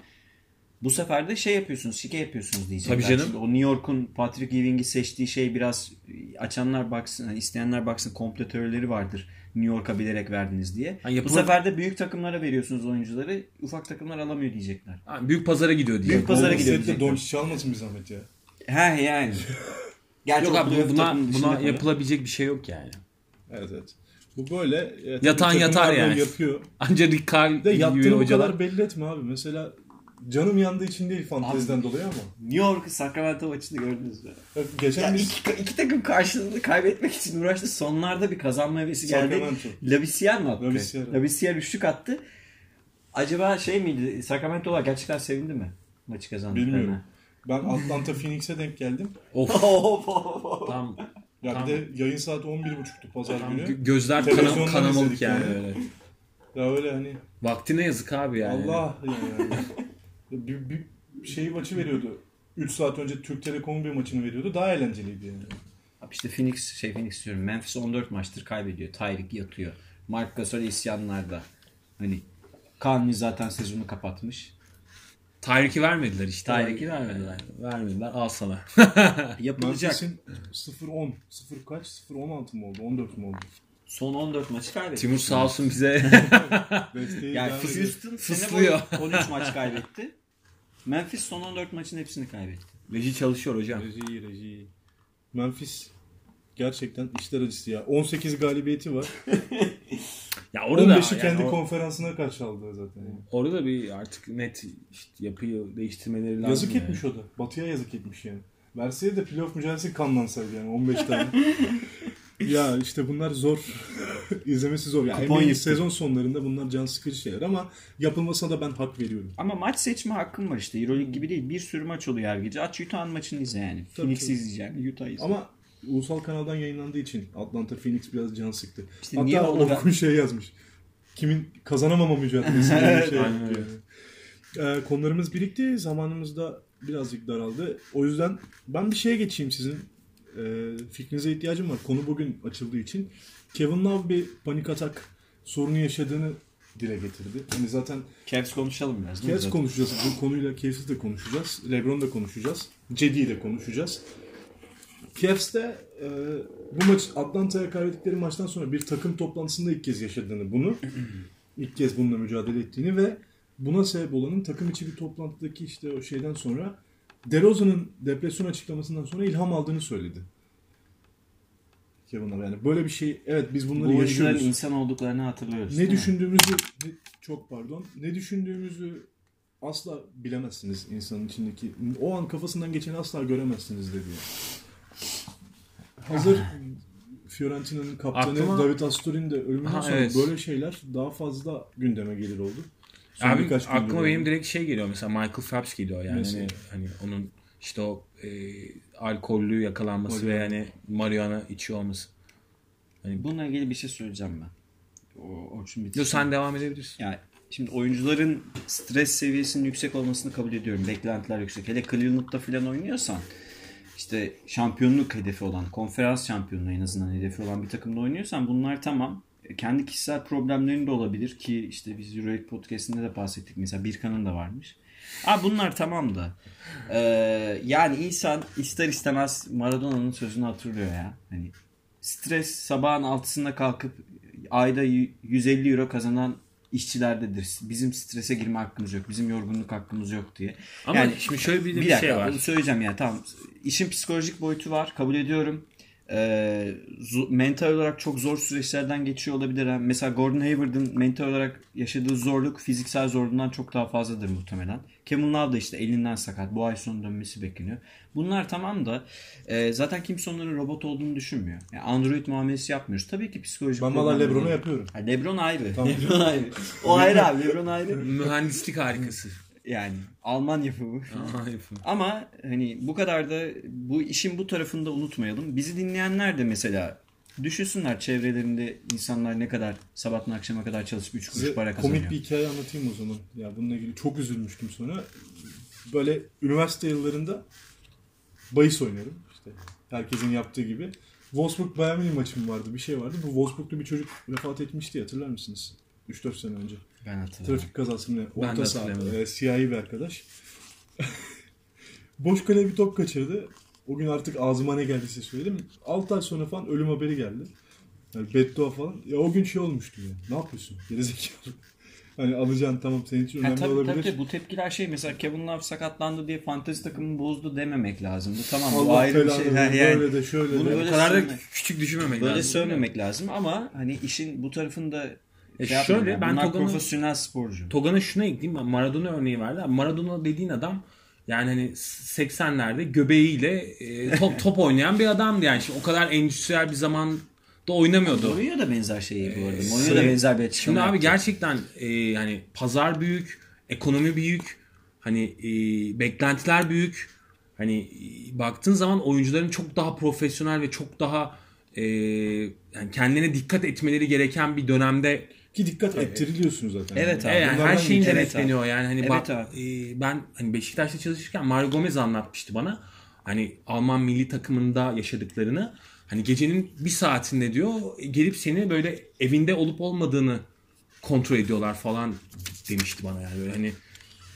S2: bu sefer de şey yapıyorsunuz, şike yapıyorsunuz diyecekler.
S3: Tabii canım.
S2: Şimdi o New York'un Patrick Ewing'i seçtiği şey biraz e, açanlar baksın, yani isteyenler baksın komplo teorileri vardır. New York'a bilerek verdiniz diye.
S3: Yani
S2: bu
S3: yapılan-
S2: sefer de büyük takımlara veriyorsunuz oyuncuları. Ufak takımlar alamıyor diyecekler.
S3: Ha, büyük pazara gidiyor diye.
S2: Büyük pazara
S1: Golden
S2: gidiyor
S1: State'le
S2: diyecekler.
S1: Doncic almasın bir zahmet ya.
S2: He yani. Gerçi
S3: Yok
S2: o
S3: abi
S2: playoff
S3: buna,
S2: takımının dışında
S3: buna
S2: kalıyor.
S3: yapılabilecek bir şey yok yani.
S1: Evet evet. Bu böyle. Ya, tabii
S3: Yatan
S1: takımlar
S3: yatar
S1: bunu
S3: yani.
S1: Yapıyor.
S3: Anca Ricard
S1: Bir De
S3: gibi
S1: yattığını bu
S3: hocalar.
S1: kadar belli etme abi. Mesela canım yandığı için değil fanteziden dolayı ama.
S2: New York Sacramento maçını gördünüz mü?
S1: Bak,
S2: Ya
S1: Geçen biz
S2: iki, iki takım karşılığını kaybetmek için uğraştı. Sonlarda bir kazanma hevesi geldi.
S1: Sacramento.
S2: Labissier mi attı?
S1: Labissiere.
S2: Labissiere üçlük attı. Acaba şey miydi? Sacramento'lar gerçekten sevindi mi? Maçı kazandıklarına.
S1: Bilmiyorum. Ben Atlanta Phoenix'e denk geldim.
S3: Of
S2: Hop, hop, hop.
S3: tam,
S1: Ya
S3: Tamam.
S1: bir de yayın saati 11.30'tu pazar
S3: tam
S1: günü.
S3: gö- gözler kana,
S1: Televizyondan
S3: kanamalık
S1: izledik
S3: yani
S1: yani.
S3: öyle.
S1: Ya öyle hani
S3: Vaktine yazık abi yani.
S1: Allah yani. Ya bir, bir şey maçı veriyordu. 3 saat önce Türk Telekom bir maçını veriyordu. Daha eğlenceliydi yani.
S2: Abi İşte Phoenix, şey Phoenix diyorum. Memphis 14 maçtır kaybediyor. Tyreek yatıyor. Mark Gasol isyanlarda. Hani Kanuni zaten sezonu kapatmış.
S3: Tyreek'i vermediler işte.
S2: Tyreek'i vermediler.
S3: Vermediler. Al sana.
S2: Yapılacak.
S1: Memphis'in 0-10. 0 kaç? 0-16 mı oldu? 14 mu oldu?
S2: Son 14 maçı kaybetti.
S3: Timur sağ olsun bize.
S1: Desteği
S2: Yani
S1: devam ediyor.
S2: Houston sene boyu
S3: Fıslıyor.
S2: 13 maç kaybetti. Memphis son 14 maçın hepsini kaybetti.
S3: Reji çalışıyor hocam.
S1: Reji, reji. Memphis gerçekten işler acısı ya. 18 galibiyeti var.
S3: Ya
S1: 15'i
S3: orada yani
S1: kendi
S3: o-
S1: konferansına karşı aldı zaten. yani.
S3: orada bir artık net işte yapıyı değiştirmeleri lazım.
S1: Yazık
S3: yani.
S1: etmiş o da. Batı'ya yazık etmiş yani. Verseye de playoff mücadelesi kanlansaydı yani 15 tane. ya işte bunlar zor. İzlemesi zor. Yani
S2: Kupon
S1: NBA
S2: yıktı.
S1: sezon sonlarında bunlar can sıkıcı şeyler ama yapılmasına da ben hak veriyorum.
S2: Ama maç seçme hakkım var işte. Euroleague gibi değil. Bir sürü maç oluyor her gece. Aç Utah'ın maçını izle yani. Phoenix'i
S1: tabii.
S2: izleyeceksin. Utah'ı izle.
S1: Ama ulusal kanaldan yayınlandığı için Atlanta Phoenix biraz can sıktı.
S2: İşte niye
S1: Hatta
S2: oldu
S1: Orkun şey yazmış. Kimin kazanamama mücadelesi. diye bir
S2: Evet,
S1: şey
S3: aynen
S1: yaptı yani. Ee, konularımız birikti. Zamanımız da birazcık daraldı. O yüzden ben bir şeye geçeyim sizin. Ee, fikrinize ihtiyacım var. Konu bugün açıldığı için. Kevin Love bir panik atak sorunu yaşadığını dile getirdi. Hani zaten
S2: Cavs konuşalım biraz. değil mi
S1: Cavs
S2: zaten?
S1: konuşacağız. Bu konuyla Cavs'i de konuşacağız. LeBron'u da konuşacağız. Cedi'yi de konuşacağız. Cavs'te e, bu maç Atlanta'ya kaybettikleri maçtan sonra bir takım toplantısında ilk kez yaşadığını bunu ilk kez bununla mücadele ettiğini ve buna sebep olanın takım içi bir toplantıdaki işte o şeyden sonra DeRozan'ın depresyon açıklamasından sonra ilham aldığını söyledi. Kevin Love yani böyle bir şey evet biz bunları
S2: Bu oyuncuların
S1: yaşıyoruz.
S2: insan olduklarını hatırlıyoruz.
S1: Ne
S2: değil mi?
S1: düşündüğümüzü ne- çok pardon. Ne düşündüğümüzü asla bilemezsiniz insanın içindeki. O an kafasından geçeni asla göremezsiniz dedi. Hazır Fiorentina'nın kaptanı
S3: Aklıma-
S1: David Asturin de ölümünden
S3: Ha,
S1: sonra
S3: evet.
S1: böyle şeyler daha fazla gündeme gelir oldu. Son
S3: Abi
S1: birkaç gündür
S3: aklıma
S1: oldu.
S3: benim direkt şey geliyor mesela Michael Phelps geliyor yani
S1: Mesela.
S3: hani, hani onun işte o e, alkollü yakalanması ve yani marihuana içiyor olması.
S2: Bununla ilgili bir şey söyleyeceğim ben. O, Orçun bitirsin.
S3: Yo, sen devam edebilirsin.
S2: Yani şimdi oyuncuların stres seviyesinin yüksek olmasını kabul ediyorum. Beklentiler yüksek. Hele Cleveland'da falan oynuyorsan işte şampiyonluk hedefi olan, konferans şampiyonluğu en azından hedefi olan bir takımda oynuyorsan bunlar tamam. E, Kendi kişisel problemlerin de olabilir ki işte biz Euroleague podcastinde de bahsettik. Mesela Birkan'ın da varmış. Aa bunlar tamam da. E, yani insan ister istemez Maradona'nın sözünü hatırlıyor ya. Hani stres sabahın altısında kalkıp ayda y- 150 euro kazanan işçilerdedir. Bizim strese girme hakkımız yok. Bizim yorgunluk hakkımız yok diye.
S3: Ama
S2: Yani-
S3: şimdi şöyle bir, de
S2: Bir
S3: bir
S2: dakika
S3: şey var.
S2: onu söyleyeceğim yani tamam. İşin psikolojik boyutu var kabul ediyorum. Ee, zo- mental olarak çok zor süreçlerden geçiyor olabilir. Yani Mesela Gordon Hayward'ın mental olarak yaşadığı zorluk fiziksel zorluğundan çok daha fazladır muhtemelen. Kevin Love da işte elinden sakat. Bu ay sonu dönmesi bekleniyor. Bunlar tamam da e, zaten kimse onların robot olduğunu düşünmüyor. Yani Android muamelesi yapmıyoruz. Tabii ki psikolojik
S1: Ben valla
S2: problemleri-
S1: Lebron'a yapıyorum.
S2: Ha, Lebron ayrı.
S1: Tamam.
S2: Lebron ayrı. O ayrı abi. Lebron ayrı.
S3: Mühendislik harikası.
S2: Yani Alman yapımı.
S3: Aa, yapın.
S2: Ama hani bu kadar da bu işin bu tarafını da unutmayalım. Bizi dinleyenler de mesela düşünsünler çevrelerinde insanlar ne kadar sabahtan akşama kadar çalışıp 3 kuruş
S1: Size
S2: para kazanıyor.
S1: komik bir hikaye anlatayım o zaman. Ya bununla ilgili çok üzülmüştüm sonra. Böyle üniversite yıllarında bahis oynarım işte. Herkesin yaptığı gibi. Wolfsburg Bayern maçım vardı, bir şey vardı. Bu Wolfsburg'lu bir çocuk vefat etmişti hatırlar mısınız? 3-4 sene önce.
S2: Ben hatırlıyorum.
S1: Trafik kazasında
S3: Ben de
S1: orta saha
S3: hatırlayamadım.
S1: e, siyahi bir arkadaş. Boş kaleye bir top kaçırdı. O gün artık ağzıma ne geldiyse söyledim. 6 ay sonra falan ölüm haberi geldi. Yani beddua falan. Ya o gün şey olmuştu ya. Ne yapıyorsun? Gerizekalı. Hani alacaksın tamam senin için
S2: Ha,
S1: önemli
S2: tabii,
S1: olabilir.
S2: tabii tabii bu tepkiler şey mesela Kevin Love sakatlandı diye fantezi takımını bozdu dememek lazımdı. Tamam bu
S1: Allah
S2: ayrı bir
S1: belanı
S2: şey.
S1: versin,
S2: Ha, yani
S1: Böyle de şöyle de.
S2: Bunu böyle
S3: Bu kadar da
S2: söylemek-
S3: küçük düşünmemek
S2: böyle
S3: lazım.
S2: söylemek lazım ama hani işin bu tarafında şey
S3: E şöyle, ben
S2: Bunlar
S3: Togan'ın-
S2: profesyonel sporcu.
S3: Togan'a şuna ekleyeyim ben Maradona örneği verdi. Abi Maradona dediğin adam yani hani 80'lerde göbeğiyle e, top top oynayan bir adamdı yani. Şimdi o kadar endüstriyel bir zamanda oynamıyordu.
S2: Mourinho da benzer şeyi bu arada. Mourinho da
S3: Sayın-
S2: benzer bir
S3: Şimdi
S2: açıklama
S3: abi
S2: yaptı.
S3: gerçekten e, hani pazar büyük, ekonomi büyük, hani e, beklentiler büyük. Hani e, baktığın zaman oyuncuların çok daha profesyonel ve çok daha e, yani kendilerine dikkat etmeleri gereken bir dönemde
S1: Ki dikkat ettiriliyorsun zaten.
S2: Evet abi.
S3: Evet, yani her
S1: Bunlardan
S3: şeyin
S1: geçiyor.
S3: denetleniyor yani hani
S2: Evet
S3: bak
S2: abi.
S3: e, ben hani Beşiktaş'ta çalışırken Mario Gomez anlatmıştı bana. Hani Alman milli takımında yaşadıklarını hani gecenin bir saatinde diyor e, gelip seni böyle evinde olup olmadığını kontrol ediyorlar falan demişti bana yani böyle hani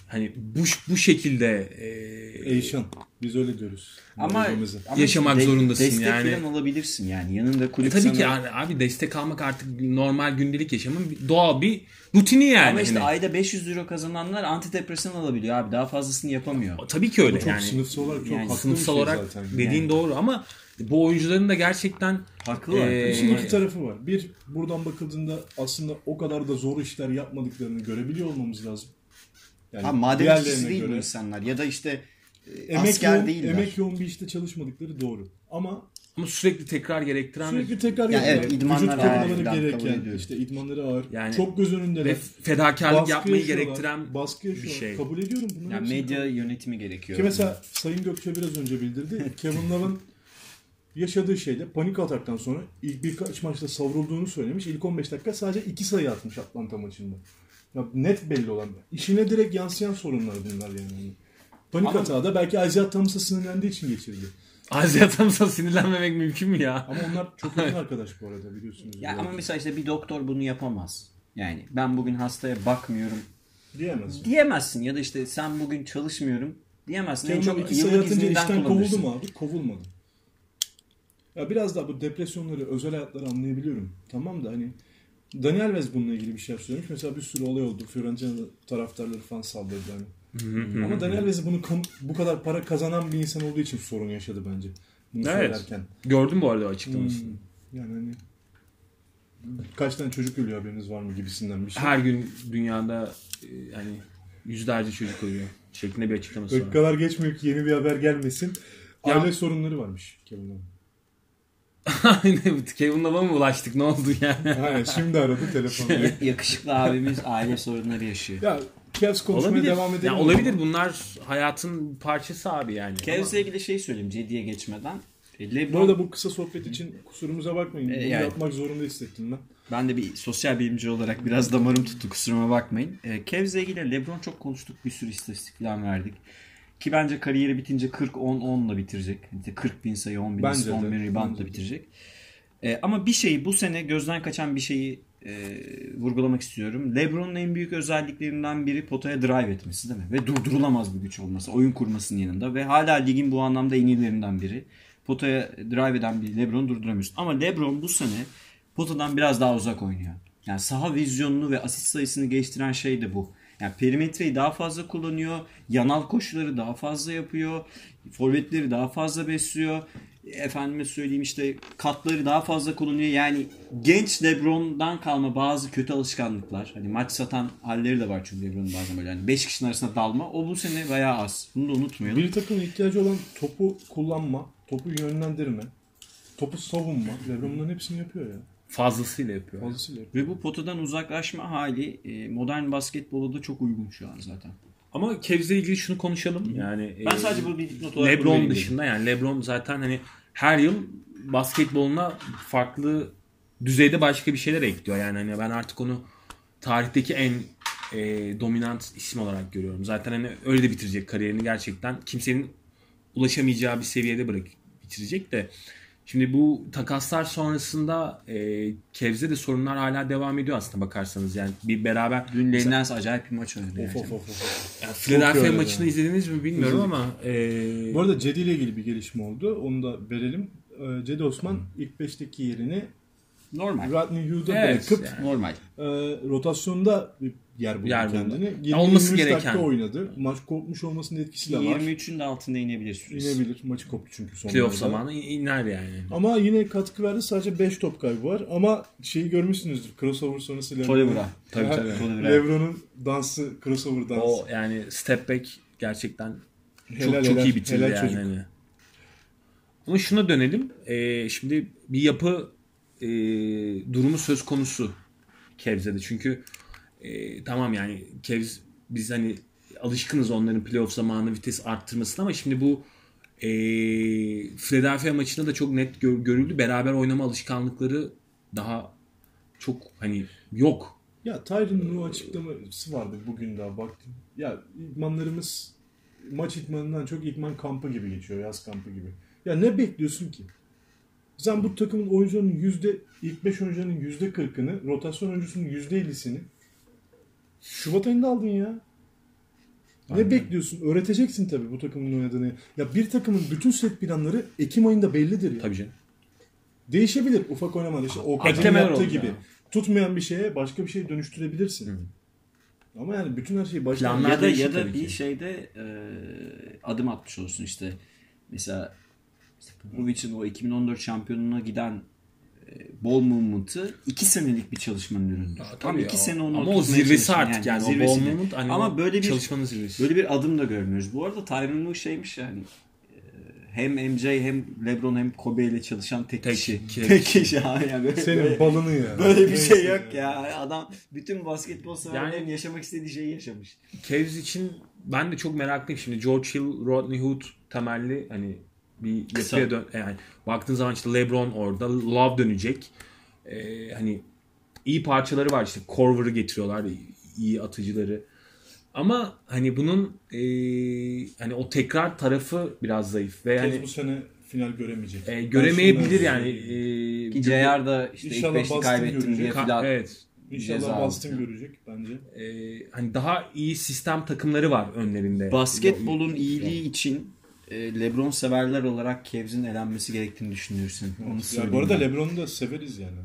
S3: hani bu bu şekilde e,
S1: Eyşan. Biz öyle diyoruz.
S2: ama,
S1: Babamızı.
S2: ama
S3: yaşamak zorundasın
S2: destek
S3: yani.
S2: falan olabilirsin yani. Yanında kulüp
S3: e, tabii
S2: sana-
S3: ki abi, abi destek almak artık normal gündelik yaşamın bir- doğal bir rutini yani.
S2: Ama işte
S3: hani.
S2: ayda 500 euro kazananlar antidepresan alabiliyor abi. Daha fazlasını yapamıyor.
S3: Tabii ki öyle
S1: Çok
S3: yani.
S1: sınıfsal olarak çok
S2: yani
S1: haklı bir
S3: sınıfsal
S1: şey
S3: olarak
S1: zaten.
S3: dediğin
S2: Yani.
S3: doğru ama bu oyuncuların da gerçekten
S2: Haklılar.
S3: Ee,
S2: Şimdi
S1: İşin iki tarafı var. Bir, buradan bakıldığında aslında o kadar da zor işler yapmadıklarını görebiliyor olmamız lazım. Yani
S2: Ha, maden
S1: diğerlerine
S2: işçisi değil bu
S1: göre-
S2: insanlar ya da işte e,
S1: Emek
S2: asker
S1: yoğun,
S2: değiller.
S1: Emek yoğun bir işte çalışmadıkları doğru. Ama
S3: ama sürekli tekrar gerektiren
S1: sürekli tekrar
S2: Ya evet, idmanlar
S1: vücut
S2: ağır,
S1: kırmaları
S2: ben kabul
S1: gereken,
S2: ediyorum.
S1: işte idmanları ağır.
S3: Yani-
S1: çok göz önünde.
S3: ve
S1: de
S3: fedakarlık
S1: baskı
S3: yapmayı
S1: yaşıyorlar,
S3: gerektiren
S1: baskı
S3: bir
S1: bir
S3: şey.
S1: şey. Kabul ediyorum bunu.
S2: Yani medya yönetimi gerekiyor.
S1: Ki mesela Sayın Gökçe biraz önce bildirdi. Kevin Love'ın yaşadığı şeyde panik ataktan sonra ilk birkaç maçta savrulduğunu söylemiş. İlk 15 dakika sadece 2 sayı atmış Atlanta maçında. Ya net belli olan. İşine direkt yansıyan sorunlar bunlar yani. Hani Panik atağı da belki Isaiah Thomas'a sinirlendiği için geçirdi.
S3: Isaiah Thomas'a sinirlenmemek mümkün mü ya?
S1: Ama onlar çok yakın arkadaş bu arada biliyorsunuz.
S2: Ya ama mesela işte bir doktor bunu yapamaz. Yani ben bugün hastaya bakmıyorum
S1: Diyemez.
S2: diyemezsin ya da işte sen bugün çalışmıyorum diyemezsin. En
S1: Kevin Love
S2: çok
S1: 2 sayı
S2: yıllık
S1: atınca
S2: izninden
S1: işten kovuldu
S2: kullanırsın.
S1: mu abi? Kovulmadı. Ya biraz daha bu depresyonları, özel hayatları anlayabiliyorum. Tamam da hani Daniel Alves bununla ilgili bir şeyler söylemiş. Mesela bir sürü olay oldu. Fiorentina taraftarları falan saldırdı hani. Ama Daniel Alves bunu kam- bu kadar para kazanan bir insan olduğu için sorun yaşadı bence. Bunu
S3: Evet.
S1: söylerken.
S3: Gördüm bu arada o açıklamasını.
S1: Yani hani kaç tane çocuk ölüyor haberiniz var mı gibisinden bir şey.
S3: Her gün dünyada e, hani yüzlerce çocuk ölüyor şeklinde bir açıklaması var.
S1: Dakikalar geçmiyor ki yeni bir haber gelmesin.
S3: Ya-
S1: Aile sorunları varmış Kevin Love.
S3: Aynen. Kevin Love'a mı ulaştık ne oldu yani?
S1: Ha, şimdi aradı telefonu.
S2: Yakışıklı abimiz aile sorunları yaşıyor.
S1: ya Cavs konuşmaya
S3: olabilir.
S1: devam edelim.
S3: Ya
S1: mi?
S3: olabilir bunlar hayatın parçası abi yani.
S2: Kevz'le ilgili şey söyleyeyim Cedi'ye geçmeden. E,
S1: Bu
S2: Lebron,
S1: arada bu kısa sohbet için kusurumuza bakmayın.
S3: E,
S1: Bunu
S2: yani.
S1: yapmak zorunda hissettim ben.
S2: ben de bir sosyal bilimci olarak biraz damarım tuttu kusuruma bakmayın. E, Cavs'le ilgili Lebron çok konuştuk bir sürü istatistik falan verdik. Ki bence kariyeri bitince 40-10-10'la bitirecek. İşte 40 bin sayı 10 bin
S1: Bence
S2: asist, 10
S1: de,
S2: bin reboundla
S1: bence de.
S2: bitirecek. E, ama bir şeyi bu sene gözden kaçan bir şeyi e, vurgulamak istiyorum. Lebron'un en büyük özelliklerinden biri potaya drive etmesi değil mi? Ve durdurulamaz bir güç olması. Oyun kurmasının yanında. Ve hala ligin bu anlamda en iyilerinden biri. Potaya drive eden bir Lebron'u durduramıyorsun. Ama Lebron bu sene potadan biraz daha uzak oynuyor. Yani saha vizyonunu ve asist sayısını geliştiren şey de bu. Yani perimetreyi daha fazla kullanıyor. Yanal koşuları daha fazla yapıyor. Forvetleri daha fazla besliyor. Efendime söyleyeyim işte katları daha fazla kullanıyor. Yani genç Lebron'dan kalma bazı kötü alışkanlıklar. Hani maç satan halleri de var çünkü Lebron'un bazen böyle. Yani 5 kişinin arasına dalma. O bu sene bayağı az. Bunu da unutmayalım.
S1: Bir takımın ihtiyacı olan topu kullanma, topu yönlendirme, topu savunma. Lebron bunların hepsini yapıyor ya.
S3: Fazlasıyla yapıyor.
S1: Fazlasıyla yapıyor.
S2: Ve bu potadan uzaklaşma hali e, modern basketbola da çok uygun şu an zaten.
S3: Ama Kevz'le ilgili şunu konuşalım. Yani
S2: Ben
S3: e,
S2: sadece bu bir not olarak bunu
S3: LeBron
S2: vereyim dedim.
S3: dışında yani LeBron zaten hani her yıl basketboluna farklı düzeyde başka bir şeyler ekliyor. Yani hani ben artık onu tarihteki en e, dominant isim olarak görüyorum. Zaten hani öyle de bitirecek kariyerini gerçekten. Kimsenin ulaşamayacağı bir seviyede bırak bitirecek de. Şimdi bu takaslar sonrasında e, Kevz'de de sorunlar hala devam ediyor aslında bakarsanız. Yani bir beraber
S2: Dün Lenens acayip bir maç oynadı.
S1: Of
S2: yani.
S1: of of. of.
S3: yani Philadelphia
S1: öyle
S3: maçını
S1: yani.
S3: izlediniz mi bilmiyorum ama e,
S1: Bu arada Cedi ile ilgili bir gelişme oldu. Onu da verelim. Ee, Cedi Osman ilk 5'teki yerini
S2: Normal.
S1: Rodney Hood'a
S3: Evet,
S1: bırakıp
S3: yani.
S2: Normal.
S1: e, rotasyonda bir yer buldu
S3: Yer buldu.
S1: kendini.
S3: Ya olması
S1: 20-23 dakika
S3: gereken.
S1: oynadı. Maç kopmuş olmasının etkisi de var.
S2: 23'ün de altında inebilir süresi.
S1: İnebilir. Maçı koptu çünkü sonunda.
S3: Playoff zamanı in- iner yani.
S1: Ama yine katkı verdi. Sadece 5 top kaybı var. Ama şeyi görmüşsünüzdür. Crossover sonrası Lebron.
S2: Tolibra.
S3: Tabii tabii.
S1: Lebron'un dansı, crossover dansı.
S3: O yani step back gerçekten çok
S1: Helal,
S3: çok
S1: helal.
S3: iyi bitirdi
S1: Helal
S3: yani.
S1: çocuk.
S3: hani. Ama şuna dönelim. Ee, şimdi bir yapı e, durumu söz konusu Kevz'de. Çünkü e, tamam yani Kevz biz hani alışkınız onların playoff zamanı vites arttırmasına ama şimdi bu e, Philadelphia maçında da çok net gör- görüldü. Beraber oynama alışkanlıkları daha çok hani yok
S1: Ya Tyron Lue açıklaması vardı bugün daha baktım. Ya idmanlarımız maç idmanından çok idman kampı gibi geçiyor. Yaz kampı gibi. Ya ne bekliyorsun ki? Sen bu takımın oyuncularının yüzde, ilk 5 oyuncularının yüzde 40'ını, rotasyon oyuncusunun yüzde 50'sini Şubat ayında aldın ya. Ne bekliyorsun? Öğreteceksin tabii bu takımın oynadığını. Ya bir takımın bütün set planları Ekim ayında bellidir ya.
S3: tabii canım.
S1: Değişebilir ufak oynamalar işte OKC'nin
S3: Eklemeler
S1: yaptığı
S3: oldu
S1: gibi.
S3: yani.
S1: Tutmayan bir şeye başka bir şeye dönüştürebilirsin. Ama yani bütün her şey şeyi baştan
S3: Planlar-
S2: ya da
S3: Onlar
S2: ya
S3: değişir
S2: da
S3: tabii
S2: bir
S3: ki.
S2: şeyde e, adım atmış olsun işte mesela işte Popovic'in o 2014 şampiyonluğuna giden e, ball movement'ı 2 senelik bir çalışmanın ürünü. Tam
S3: Tabii
S2: 2
S3: ya.
S2: sene onu
S3: Ama o
S2: oturtmaya
S3: zirvesi
S2: çalışan
S3: artık yani. o
S2: zirvesi
S3: ball
S2: de.
S3: movement hani
S2: Ama
S3: o
S2: böyle bir
S3: çalışmanın zirvesi.
S2: böyle bir adım da görmüyoruz. Bu arada Tyronn Lue şeymiş yani e, hem MJ hem LeBron hem Kobe ile çalışan tek,
S3: Tek
S2: kişi.
S3: kişi.
S2: Tek kişi ha yani böyle,
S1: Senin
S2: böyle,
S1: balını ya.
S2: böyle bir şey
S1: Neyse
S2: yok ya. Adam bütün basketbol severlerin
S3: Yani-
S2: yaşamak istediği şeyi yaşamış.
S3: Cavs için ben de çok meraklıyım şimdi. George Hill, Rodney Hood temelli hani bir
S2: Kısa.
S3: yapıya dön e, yani baktığın zaman işte LeBron orada, Love dönecek. Ee, hani iyi parçaları var işte Corver'ı getiriyorlar, iyi atıcıları. Ama hani bunun ee, hani o tekrar tarafı biraz zayıf ve
S1: Kez
S3: hani
S1: bu sene final göremeyecek.
S3: e,
S1: Ben
S3: göremeyebilir
S1: şundan-
S3: yani.
S2: Ki
S3: ee,
S2: JR da işte ilk
S1: İnşallah
S2: beşli
S1: Boston
S2: kaybettim
S1: görecek.
S2: diye
S3: ka-
S2: filan.
S3: evet.
S1: İnşallah
S2: Ceza
S1: Boston görecek bence.
S3: Ee, hani daha iyi sistem takımları var önlerinde.
S2: Basketbolun iyiliği için e, LeBron severler olarak Cavs'in elenmesi gerektiğini düşünürsün. Onu
S1: Ya
S2: söyleyeyim.
S1: bu arada LeBron'u da severiz yani.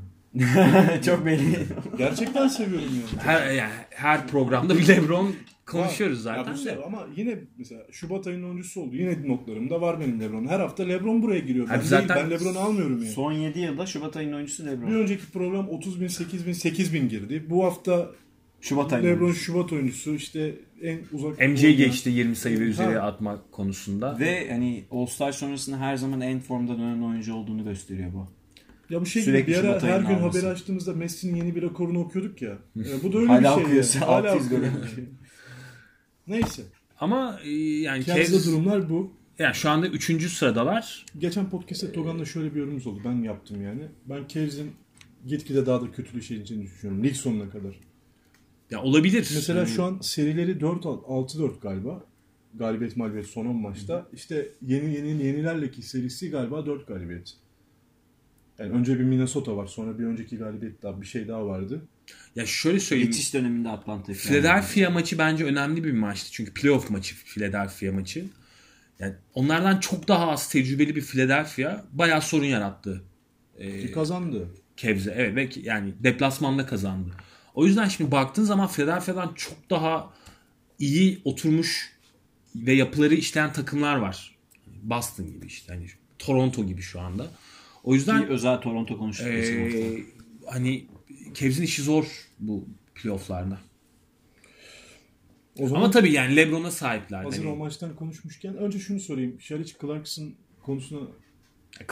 S2: çok belli.
S1: Gerçekten seviyorum yani.
S3: her yani her programda bir LeBron konuşuyoruz
S1: Ya
S3: zaten.
S1: bu
S3: de.
S1: sev- ama yine mesela Şubat ayının oyuncusu oldu. Yine notlarımda var benim LeBron. Her hafta LeBron buraya giriyor. Ben,
S3: Abi
S1: değil,
S3: zaten-
S1: ben LeBron'u almıyorum yani.
S2: Son 7 yılda Şubat ayının oyuncusu
S1: Bir
S2: LeBron.
S1: önceki program 30 bin, 8 bin, 8 bin girdi. Bu hafta
S2: Şubat ayının
S1: LeBron
S2: oyuncusu.
S1: Şubat oyuncusu işte en uzak
S3: MJ
S1: oynayan-
S3: geçti 20 sayı ve üzeri
S1: Ha.
S3: atmak konusunda.
S2: Ve hani All-Star sonrasında her zaman en formda dönen oyuncu olduğunu gösteriyor bu.
S1: Ya bu şey
S2: Sürekli
S1: gibi bir ara
S2: Şubat
S1: her
S2: ayının
S1: gün
S2: alması.
S1: haberi açtığımızda Messi'nin yeni bir rekorunu okuyorduk ya. E, bu da öyle
S2: Hala
S1: bir şey.
S2: okuyorsun,
S1: yani.
S2: 600
S1: okuyorum
S2: golü.
S1: bir şey. Neyse.
S3: Ama e, yani
S1: Kansas'ta
S3: Cavs-
S1: durumlar bu.
S3: yani şu anda 3. sıradalar.
S1: Geçen podcast'te Togan'la şöyle bir yorumumuz oldu. Ben yaptım yani. Ben Cavs'in gitgide daha da kötüleşeceğini düşünüyorum. Lig sonuna kadar.
S3: Ya olabilir.
S1: Mesela
S3: Yani
S1: şu an serileri 4 6-4 galiba. Galibiyet mağlubiyet son 10 maçta. İşte yeni yeni yenilerleki serisi galiba 4 galibiyet. Yani önce bir Minnesota var. Sonra bir önceki galibiyet daha bir şey daha vardı.
S3: ya şöyle söyleyeyim.
S2: Geçiş döneminde Atlanta'yı falan.
S3: Philadelphia maçı bence önemli bir maçtı. Çünkü playoff maçı Philadelphia maçı. Yani onlardan çok daha az tecrübeli bir Philadelphia bayağı sorun yarattı
S1: Ki kazandı.
S3: Kevze. Evet belki yani deplasmanda kazandı. O yüzden şimdi baktığın zaman Philadelphia'dan çok daha iyi oturmuş ve yapıları işleyen takımlar var. Boston gibi işte. Hani Toronto gibi şu anda. O
S2: Bir
S3: yüzden
S2: özel Toronto konuştuk.
S3: eee,
S2: Ee...
S3: hani Kevz'in işi zor bu playofflarda.
S1: O zaman
S3: Ama tabii yani Lebron'a sahipler.
S1: hazır o
S3: Hani
S1: maçtan konuşmuşken önce şunu sorayım. Sharic Clarkson konusuna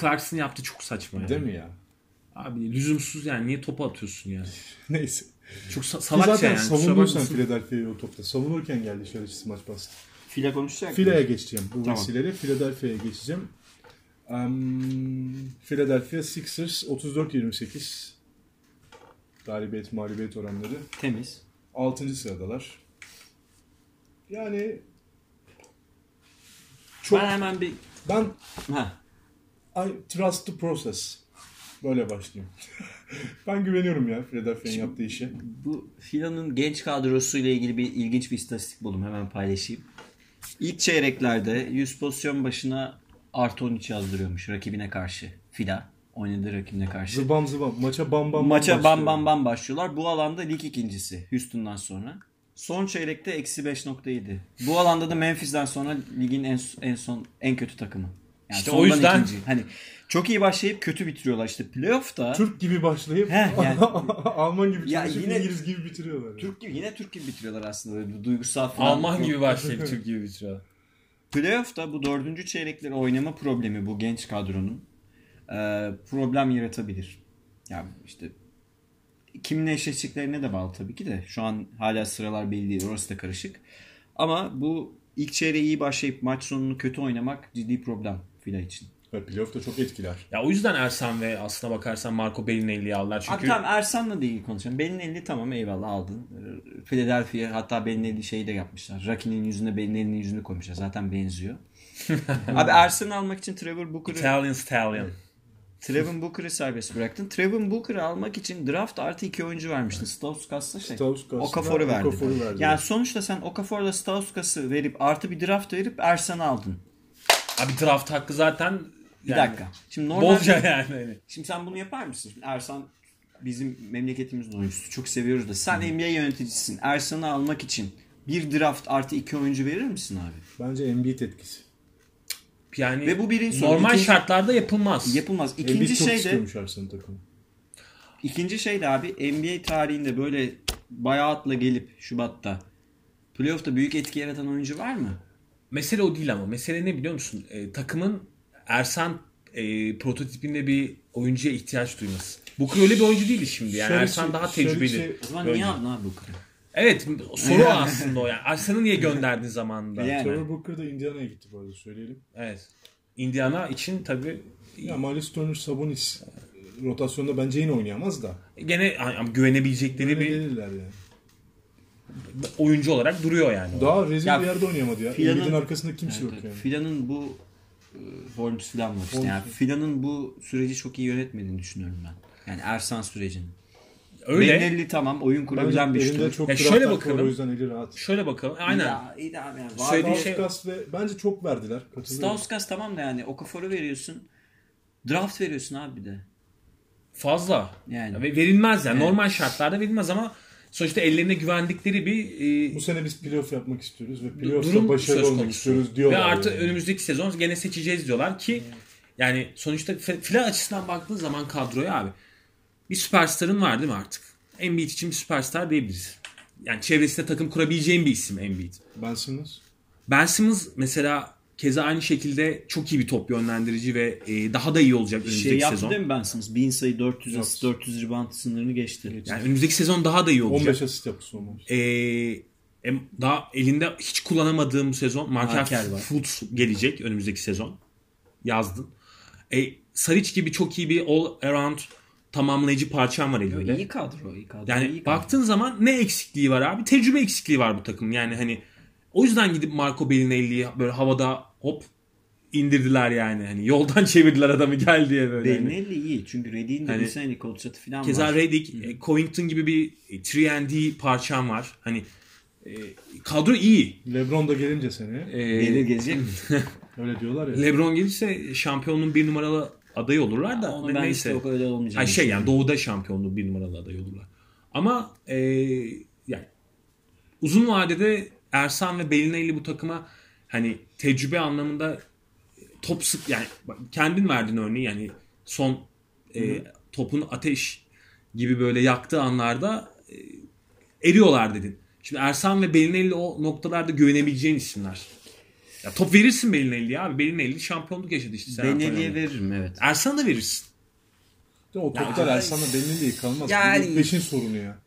S3: Clarkson yaptı çok saçma yani.
S1: değil mi ya?
S3: Abi lüzumsuz yani niye topu atıyorsun yani.
S1: Neyse.
S3: Çok sa-
S1: Ki
S3: salakça
S1: zaten
S3: yani. kusura
S1: savundun sen
S3: bakmasın.
S1: Philadelphia'yı o topta. Savunurken geldi Sharic smaç bastı.
S2: File konuşacak
S1: Fila'ya
S2: mıyız?
S1: geçeceğim. Bu
S2: Tamam.
S1: vesileyle Philadelphia'ya geçeceğim. Em, Philadelphia Sixers 34-28 galibiyet mağlubiyet oranları
S2: Temiz.
S1: 6. sıradalar. Yani çok
S2: Ben hemen bir...
S1: ben
S2: Ha.
S1: I trust the process. Böyle başlayayım. ben güveniyorum ya Philadelphia'nın yaptığı işe.
S2: Bu Fila'nın genç kadrosuyla ilgili bir ilginç bir istatistik buldum. Hemen paylaşayım. İlk çeyreklerde 100 pozisyon başına artı 13 yazdırıyormuş rakibine karşı Fila. oynadığı rakibine karşı.
S1: Zıbam zıbam. Maça bam bam bam
S2: şey- Maça bam
S1: başlıyor.
S2: bam bam başlıyorlar. Bu alanda lig ikincisi Houston'dan sonra. Son çeyrekte eksi 5.7. Bu alanda da Memphis'den sonra ligin en, en son en kötü takımı. Yani
S3: İşte o
S2: sondan
S3: yüzden-
S2: Hani çok iyi başlayıp kötü bitiriyorlar işte playoff'ta.
S1: Türk gibi başlayıp
S2: Heh, yani-
S1: Alman gibi
S2: Ya
S1: çalışıp
S2: yine-
S1: İngiliz gibi bitiriyorlar. yani.
S2: Türk gibi yine Türk gibi bitiriyorlar aslında. Böyle bir duygusal falan.
S3: Alman
S2: yok.
S3: gibi başlayıp Türk gibi bitiriyorlar.
S2: Playoff'ta bu dördüncü çeyrekleri oynama problemi bu genç kadronun e, problem yaratabilir. Yani işte kiminle eşleşeceklerine de bağlı tabii ki de. Şu an hala sıralar belli değil. Orası da karışık. Ama bu ilk çeyreği iyi başlayıp maç sonunu kötü oynamak ciddi problem fila için.
S1: Ya, playoff da çok etkiler.
S3: Ya o yüzden Ersan ve aslına bakarsan Marco Bellinelli'yi aldılar.
S2: Abi
S3: Çünkü
S2: tamam Ersan'la da ilgili konuşalım. Belinelli tamam eyvallah aldın. Ee, Philadelphia hatta Belinelli şeyi de yapmışlar. Raki'nin yüzüne Belinelli'nin yüzünü koymuşlar. Zaten benziyor. Abi Ersan'ı almak için Trevor Booker'ı
S3: Italian Stallion.
S2: Trevin Booker'ı serbest bıraktın. Trevin Booker'ı almak için draft artı iki oyuncu vermiştin. Stauskas şey.
S1: Stauskas,
S2: Okafor'u
S1: ha,
S2: verdin.
S1: Okafor'u verdi.
S2: Yani sonuçta sen Okafor'la Stauskas'ı verip artı bir draft verip Ersan'ı aldın.
S3: Abi draft hakkı zaten
S2: Bir
S3: yani
S2: dakika. Şimdi
S3: Bolca
S2: normal
S3: yani. Hani.
S2: Şimdi sen bunu yapar mısın? Şimdi Ersan bizim memleketimizin oyuncusu. Çok seviyoruz da. Sen NBA yöneticisin. Ersan'ı almak için bir draft artı iki oyuncu verir misin abi?
S1: Bence Embiid etkisi.
S3: Yani
S2: Ve bu birinci soru.
S3: normal
S2: İkinci-
S3: şartlarda yapılmaz.
S2: Yapılmaz.
S1: Embiid
S2: İkinci
S1: E, çok
S2: şey de
S1: istiyormuş Arsenal takımı.
S2: İkinci şey de abi NBA tarihinde böyle bayağı atla gelip Şubat'ta playoff'ta büyük etki yaratan oyuncu var mı?
S3: Mesele o değil ama. Mesele ne biliyor musun? Ee, takımın Ersan e, prototipinde bir oyuncuya ihtiyaç duyması. Booker öyle bir oyuncu değil şimdi. Yani
S1: Şöyle
S3: Ersan
S1: şey-
S3: daha
S1: şöyle
S3: tecrübeli.
S1: şey-
S2: O zaman
S3: Böyle.
S2: niye aldın abi bu kadar?
S3: Evet soru o aslında o yani. Ersan'ı niye gönderdin zamanında?
S2: Yani.
S1: Trevor Booker da Indiana'ya gitti bu arada söyleyelim.
S3: Evet. Indiana için tabii
S1: Ya Miles Turner Sabonis e, rotasyonda bence yine oynayamaz da.
S3: gene yani güvenebilecekleri
S1: Yine
S3: bir
S1: gelirler yani.
S3: oyuncu olarak duruyor yani.
S1: Daha rezil
S2: Ya,
S1: bir yerde oynayamadı ya.
S2: Filan'ın-
S1: Embiid'in arkasında kimse yok
S2: Evet,
S1: yani.
S2: Filan'ın bu e, Holmes filan var işte.
S1: Holmes.
S2: Yani Filan'ın bu süreci çok iyi yönetmediğini düşünüyorum ben. Yani Ersan sürecini.
S3: Öyle.
S2: Bellinelli tamam oyun kurabilen
S1: Bence
S2: bir
S1: elinde
S2: şutör.
S1: çok
S3: Ya
S1: draft
S3: şöyle
S1: hakkı var,
S3: bakalım.
S1: O yüzden eli rahat.
S3: Şöyle bakalım. Aynen.
S2: Ya, iyi de abi yani. Var-
S3: Söylediği şey-
S1: Stauskas ve bence çok verdiler. Katılıyorum.
S2: Stauskas tamam da yani Okafor'u veriyorsun. Draft veriyorsun abi bir de.
S3: Fazla.
S2: Yani.
S3: Ve verilmez yani. Normal şartlarda verilmez ama sonuçta ellerine güvendikleri bir e,
S1: Bu sene biz playoff yapmak istiyoruz ve
S3: durum
S1: playoff'ta başarılı
S3: söz
S1: olmak
S3: konusu.
S1: istiyoruz diyorlar.
S3: Ve artık
S1: yani.
S3: önümüzdeki sezon gene seçeceğiz diyorlar ki yani sonuçta fi- filan açısından baktığın zaman kadroya abi bir süperstarın var değil mi artık? Embiid için bir süperstar diyebiliriz. Yani çevresinde takım kurabileceğin bir isim Embiid.
S1: Ben Simmons.
S3: Ben Simmons mesela keza aynı şekilde çok iyi bir top yönlendirici ve e, daha da iyi olacak
S2: Şey
S3: önümüzdeki
S2: yaptı
S3: sezon.
S2: değil mi Ben Simmons? Bin sayı 400
S1: Yok.
S2: asist, 400 rebound sınırını geçti.
S3: Yani önümüzdeki sezon daha da iyi olacak.
S1: 15 asist yaptı son maç.
S3: E, em- daha elinde hiç kullanamadığım sezon Marker
S2: Markel var.
S3: Fultz gelecek önümüzdeki sezon. Yazdın. E, Saric gibi çok iyi bir all around tamamlayıcı parçam var elinde.
S2: İyi kadro, iyi kadro.
S3: yani
S2: iyi kadro.
S3: baktığın zaman ne eksikliği var abi? Tecrübe eksikliği var bu takım. Yani hani o yüzden gidip Marco Bellinelli'yi böyle havada hop indirdiler yani. Hani yoldan çevirdiler adamı gel diye böyle. Hani.
S2: Bellinelli iyi çünkü Reddy'in de
S3: Hani-
S2: bir senelik kontratı falan
S3: Keza
S2: var.
S3: Redick, e, Covington gibi bir 3D parçam var. Hani e, kadro iyi.
S1: Lebron da gelince sene
S3: E,
S2: Gelir gelecek mi?
S1: öyle diyorlar ya.
S3: LeBron gelirse şampiyonluğun bir numaralı adayı olurlar da
S2: Onu ben
S3: neyse.
S2: işte o kadar olmayacağım.
S3: Ay şey yani doğuda şampiyonluğu bir numaralı aday olurlar. Ama e, yani uzun vadede Ersan ve Belinelli bu takıma hani tecrübe anlamında top sık yani bak, kendin verdin örneği yani son e, topun ateş gibi böyle yaktığı anlarda e, eriyorlar dedin. Şimdi Ersan ve Belinelli o noktalarda güvenebileceğin isimler. Ya top verirsin Belinelli'ye abi. Belinelli şampiyonluk yaşadı işte. Serhat
S2: Bellinelli'ye
S3: Hoca'yla.
S2: veririm evet.
S3: Ersan'a da verirsin.
S1: De o toplar Ersan'la belli değil kalmaz.
S2: Yani-
S1: Yani... Bu beşin sorunu ya.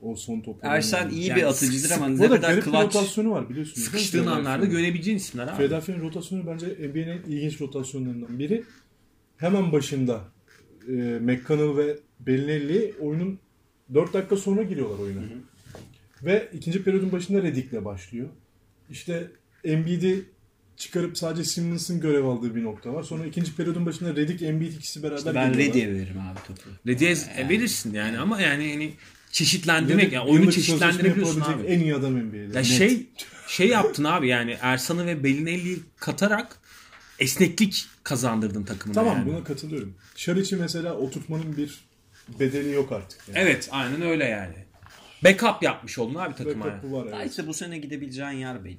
S1: O son topu.
S2: Ersan iyi
S3: Yani
S2: bir atıcıdır
S3: sık-
S2: ama
S1: Bu
S2: ne
S1: arada
S2: kadar
S1: garip bir
S2: clutch.
S1: rotasyonu var biliyorsunuz. değil mi?
S3: Sıkıştığın
S1: Philadelphia'nın?
S3: anlarda görebileceğin isimler abi.
S1: Philadelphia'nın rotasyonu bence NBA'nin en ilginç rotasyonlarından biri. Hemen başında e, McConnell ve Bellinelli oyunun 4 dakika sonra giriyorlar oyuna. Ve ikinci periyodun başında Redick'le başlıyor. İşte Embiid'i çıkarıp sadece Simmons'ın görev aldığı bir nokta var. Sonra ikinci periyodun başında Redick, Embiid ikisi beraber
S2: Ben
S1: geliyorlar.
S2: Reddy'ye veririm abi topu.
S3: Rediyez
S1: Ee,
S3: e, verirsin yani ama yani hani çeşitlendirmek
S1: Yıllık-
S3: yani oyunu
S1: yıllık sözleşme
S3: çeşitlendirebiliyorsun
S1: yapabilecek
S3: abi. şey
S1: En iyi adam NBA'de.
S3: Ya şey şey yaptın abi yani Ersan'ı ve Belinelli'yi katarak esneklik kazandırdın takımına
S1: Tamam
S3: yani.
S1: buna katılıyorum. Şariç'i mesela oturtmanın bir bedeli yok artık. Yani.
S3: Evet aynen öyle yani. Backup yapmış oldun abi takıma.
S1: Backup bu var
S2: Daha
S1: evet.
S2: işte bu sene gidebileceğin yer belli.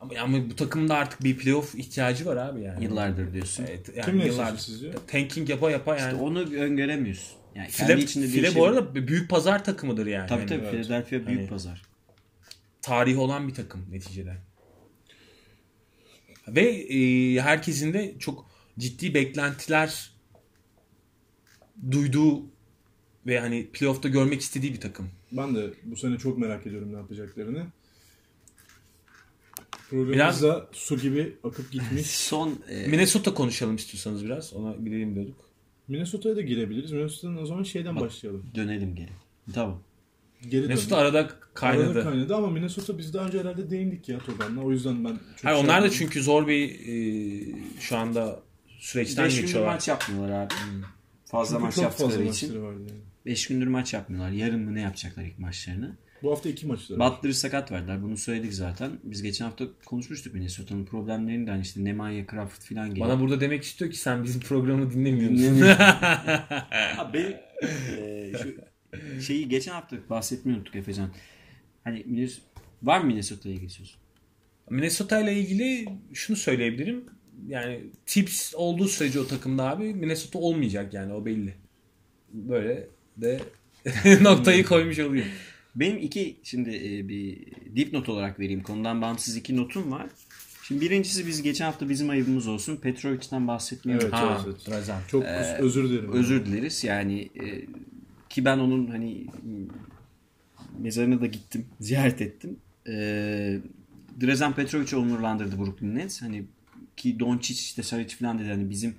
S3: Ama, ama bu takımda artık bir playoff ihtiyacı var abi yani.
S2: Yıllardır diyorsun.
S3: Evet, yani
S1: Kimle
S3: yıllardır.
S1: eşleşiyor sizce?
S3: Tanking yapa yapa yani.
S2: Onu öngöremiyorsun. Yani
S3: File,
S2: kendi içinde
S3: File
S2: değişebilir.
S3: bu arada büyük pazar takımıdır yani.
S2: Tabii
S3: Yani
S2: tabii
S1: Evet.
S2: Philadelphia büyük
S3: Hani-
S2: pazar.
S3: Tarihi olan bir takım neticede. Ve e, herkesin de çok ciddi beklentiler duyduğu ve hani playoff'ta görmek istediği bir takım.
S1: Ben de bu sene çok merak ediyorum ne yapacaklarını.
S3: Biraz-
S1: Programımız da su gibi akıp gitmiş.
S2: Son e,
S3: Minnesota konuşalım istiyorsanız biraz. Ona gidelim diyorduk.
S1: Minnesota'ya da girebiliriz. Minnesota'nın o zaman şeyden başlayalım.
S2: dönelim geri. Tamam.
S1: Geri
S3: Minnesota
S1: dön.
S3: arada kaynadı.
S1: Arada kaynadı ama Minnesota biz daha önce herhalde değindik ya Togan'la. O yüzden ben çok
S3: Hayır,
S1: şey
S3: onlar da
S1: yapmadım.
S3: çünkü zor bir e, şu anda süreçten
S2: 5 gündür
S3: geçiyorlar.
S2: maç yapmıyorlar abi. Fazla
S1: Çünkü
S2: maç
S1: çok fazla
S2: yaptıkları
S1: maçları
S2: için.
S1: vardı yani.
S2: 5 gündür maç yapmıyorlar. Yarın mı ne yapacaklar ilk maçlarını?
S1: Bu hafta iki maçları. var.
S2: Butler'ı sakat verdiler. Bunu söyledik zaten. Biz geçen hafta konuşmuştuk Minnesota'nın problemlerini de hani işte Nemanja Crawford falan geliyor.
S3: Bana burada demek istiyor ki sen bizim programı dinlemiyorsun.
S2: Ha, benim eee, şu şeyi geçen hafta bahsetmeyi unuttuk Efecan. Hani Minnes- var mı Minnesota'ya geçiyorsun?
S3: Minnesota ile ilgili şunu söyleyebilirim. Yani tips olduğu sürece o takımda abi Minnesota olmayacak yani o belli. Böyle de noktayı koymuş oluyor.
S2: Benim iki şimdi e, bir dipnot olarak vereyim. Konudan bağımsız iki notum var. Şimdi birincisi biz geçen hafta bizim ayıbımız olsun. Petrovic'den bahsetmeyi
S1: Evet,
S2: unuttuk.
S3: Ha, Ee,
S1: evet.
S3: Drazan.
S1: Çok kus- özür dilerim.
S2: Özür dileriz. Yani e, ki ben onun hani m, mezarına da gittim. Ziyaret ettim. E, Drazen Petrovic'i onurlandırdı Brooklyn Nets. Hani ki Doncic işte Saric falan dedi. Hani bizim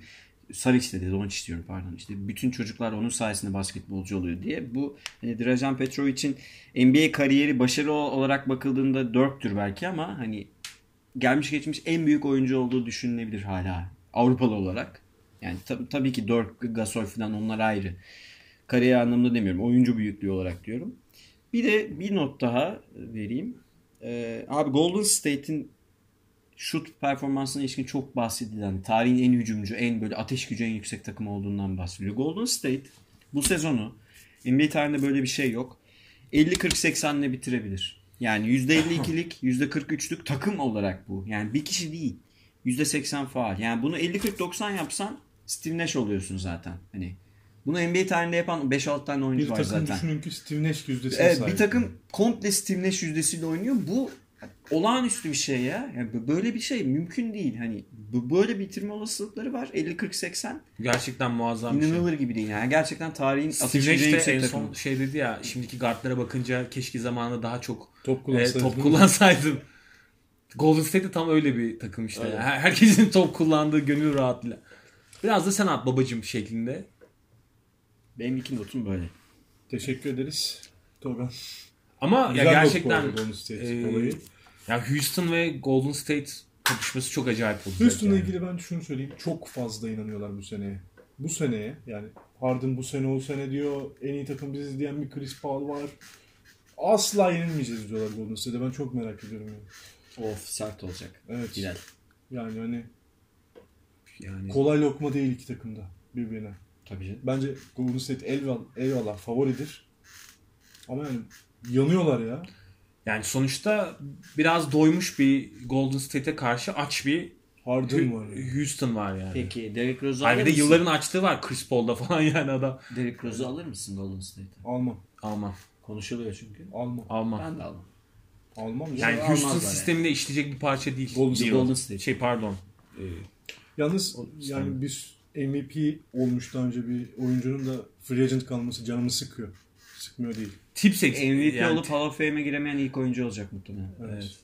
S2: Saric dedi. Doncic diyorum pardon. İşte bütün çocuklar onun sayesinde basketbolcu oluyor diye. Bu hani Drazen Petrovic'in NBA kariyeri başarı olarak bakıldığında dörttür belki ama hani gelmiş geçmiş en büyük oyuncu olduğu düşünülebilir hala. Avrupalı olarak. Yani tab- tabii ki Dirk, Gasol falan onlar ayrı. Kariyer anlamında demiyorum. Oyuncu büyüklüğü olarak diyorum. Bir de bir not daha vereyim. Ee, abi Golden State'in şut performansına ilişkin çok bahsedilen, tarihin en hücumcu, en böyle ateş gücü en yüksek takım olduğundan bahsediliyor. Golden State bu sezonu NBA tarihinde böyle bir şey yok. 50-40-80 ile bitirebilir. Yani %52'lik, %43'lük takım olarak bu. Yani bir kişi değil. %80 faal. Yani bunu 50-40-90 yapsan Steve Nash oluyorsun zaten. Hani bunu NBA tarihinde yapan 5-6 tane oyuncu
S1: Bir
S2: var
S1: takım
S2: zaten.
S1: düşünün ki Steve Nash yüzdesine
S2: Evet
S1: sahip.
S2: bir takım komple Steve Nash yüzdesiyle oynuyor. Bu olağanüstü bir şey ya. Yani bö- böyle bir şey mümkün değil. Hani bu- böyle bitirme olasılıkları var. 50-40-80
S3: Gerçekten muazzam bir şey.
S2: inanılır gibi değil. Yani gerçekten tarihin atıcı
S3: Steve Nash de
S2: yüksek
S3: en
S2: takımı.
S3: son şey dedi ya şimdiki guardlara bakınca keşke zamanında daha çok
S1: Top
S3: e,
S1: kullansaydın.
S3: top kullansaydım. Golden State de tam öyle bir takım işte.
S1: Aynen.
S3: Her- Herkesin top kullandığı gönül rahatlığıyla. Biraz da sen at babacım şeklinde.
S2: Benim iki notum böyle.
S1: Teşekkür ederiz. Togan.
S3: Ama
S1: Güzel
S3: ya
S1: yok bu
S3: gerçekten
S1: arada Golden State
S3: e,
S1: olayı.
S3: ya Houston ve Golden State kapışması çok acayip olacak.
S1: Houston'la
S3: yani.
S1: ilgili ben şunu söyleyeyim. Çok fazla inanıyorlar bu seneye. Bu seneye yani Harden bu sene o sene diyor. En iyi takım biziz diyen bir Chris Paul var. Asla yenilmeyeceğiz diyorlar Golden State'e. Ben çok merak ediyorum yani.
S2: Of sert olacak.
S1: Evet.
S2: Bilal.
S1: Yani hani
S3: yani
S1: kolay lokma değil iki takımda birbirine.
S2: Tabii canım.
S1: Bence Golden State eyvallah, eyvallah favoridir. Ama yani yanıyorlar ya.
S3: yani sonuçta biraz doymuş bir Golden State'e karşı aç bir
S1: Harden var ya.
S3: Hü- Houston var yani.
S2: Peki Derrick Rose'u alır
S3: Halbuki de
S2: mısın?
S3: yılların açtığı var Chris Paul'da falan yani adam.
S2: Derrick Rose'u alır mısın Golden State'e?
S1: Almam.
S3: Almam.
S2: Konuşuluyor çünkü.
S1: Almam.
S3: Almam.
S2: Ben de almam.
S1: Almam. ya.
S3: Yani
S2: Almazlar
S3: Houston
S2: yani.
S3: sisteminde işleyecek bir parça değil.
S1: Golden
S3: Değil
S2: Golden
S3: o.
S2: State.
S3: Şey pardon.
S1: Yalnız
S2: O-
S1: yani biz MVP olmuş daha önce bir oyuncunun da free agent kalması canımı sıkıyor. Sıkmıyor değil.
S3: Tip seks.
S2: MVP
S3: yani,
S2: olup Hall of Fame'e giremeyen ilk oyuncu olacak muhtemelen.
S1: Evet.
S3: Evet.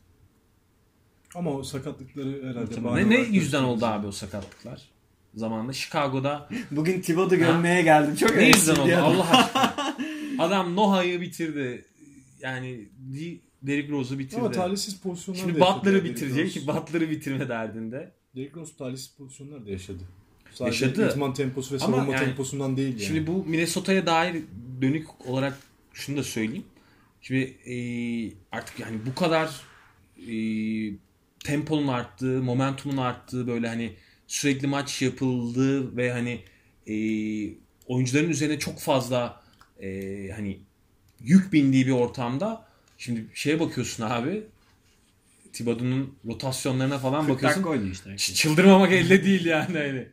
S1: Ama o sakatlıkları herhalde bahane
S3: Ne, ne
S1: olarak
S3: yüzden
S1: gösteriyor.
S3: oldu abi o sakatlıklar? Zamanında Chicago'da
S2: Bugün Thibodeau gömmeye geldim. Çok
S3: ne yüzden oldu
S2: eleştiriliyor.
S3: Allah aşkına. Adam Noha'yı bitirdi. Yani Di- Derrick Rose'u
S1: Ama
S3: bitirdi.
S1: talihsiz pozisyonlar
S3: Şimdi
S1: da yaşadı ya
S3: Butler'ı
S1: Derrick
S3: bitirecek
S1: Rose.
S3: ki Butler'ı bitirme derdinde.
S1: Derrick Rose talihsiz pozisyonlar da yaşadı. Sadece
S3: Yaşadı.
S1: itman temposu ve
S3: Ama
S1: savunma
S3: yani-
S1: temposundan değil yani.
S3: Şimdi bu Minnesota'ya dair dönük olarak şunu da söyleyeyim. Şimdi e, artık yani bu kadar e, temponun arttığı, momentumun arttığı böyle hani sürekli maç yapıldı ve hani e, oyuncuların üzerine çok fazla e, hani yük bindiği bir ortamda şimdi şeye bakıyorsun abi Tibadu'nun rotasyonlarına falan
S2: 40
S3: bakıyorsun.
S2: dakika oynuyor işte.
S3: Ç- Çıldırmamak elde değil yani hani.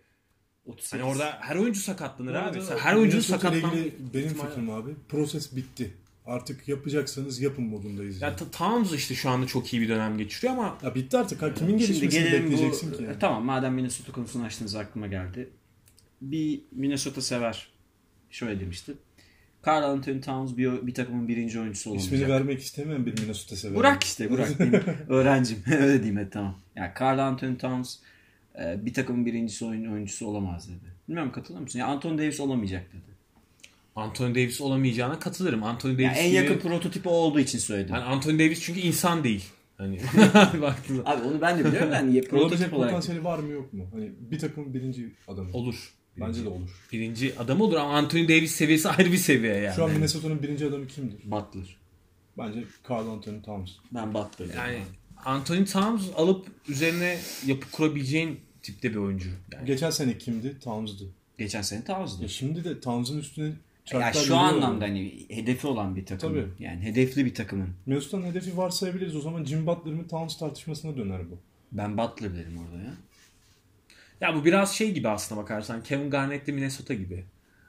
S2: 38.
S3: Hani orada her oyuncu sakatlanır
S1: Bu
S3: abi.
S1: arada
S3: Her oyuncunun
S1: Minnesota ile
S3: sakatlanma
S1: ilgili Benim
S3: ihtimali-
S1: fikrim abi. Proses bitti. Artık yapacaksanız yapın modundayız.
S3: Ya
S1: Yani.
S3: Ta- Towns işte şu anda çok iyi bir dönem geçiriyor ama
S1: Ya bitti artık. Ha, kimin
S2: Şimdi
S1: gelişmesini
S2: gelelim
S1: bekleyeceksin
S2: bu...
S1: ki? Yani?
S2: E, tamam madem Minnesota konusunu açtınız aklıma geldi. Bir Minnesota sever şöyle demişti. Carl Anthony Towns bir, bir takımın birinci oyuncusu
S1: İsmini
S2: olamayacak.
S1: vermek istemeyen bir Minnesota sever.
S2: Burak işte Burak benim öğrencim. Öyle diyeyim hadi tamam. Yani Carl Anthony Towns e, bir takımın birincisi oyun, oyuncusu olamaz dedi. Bilmiyorum katılır mısın? Ya Anthony Davis olamayacak dedi.
S3: Anthony Davis olamayacağına katılırım. Anthony Davis
S2: Ya en
S3: gibi-
S2: yakın prototipi o olduğu için söyledim.
S3: yani Anthony Davis çünkü insan değil. Hani baktığında
S2: Abi onu ben de biliyorum ben yani
S1: Olabilecek
S2: prototip olarak.
S1: potansiyeli var mı yok mu? Hani bir takımın birinci adamı.
S3: olur.
S1: Bence de olur.
S3: Birinci adam olur ama Anthony Davis seviyesi ayrı bir seviye yani.
S1: Şu an Minnesota'nın birinci adamı kimdir?
S2: Butler.
S1: Bence Carl Anthony Towns.
S2: Ben Butler. diyorum.
S3: yani Anthony Towns alıp üzerine yapı kurabileceğin tipte bir oyuncu. Yani
S1: Geçen sene kimdi? Towns'dı.
S2: Geçen sene
S1: Ya
S2: Towns'du.
S1: şimdi de Towns'ın üstüne
S2: Ya
S1: çarklar
S2: şu
S1: yürüyor.
S2: anlamda hani hedefi olan bir takım.
S1: Tabii.
S2: Yani hedefli bir takımın.
S1: Minnesota'nın hedefi varsayabiliriz. O zaman Jim Butler mı Towns tartışmasına döner bu.
S2: Ben Butler dedim orada ya.
S3: ya bu biraz şey gibi aslına bakarsan Kevin Garnett'le Minnesota gibi.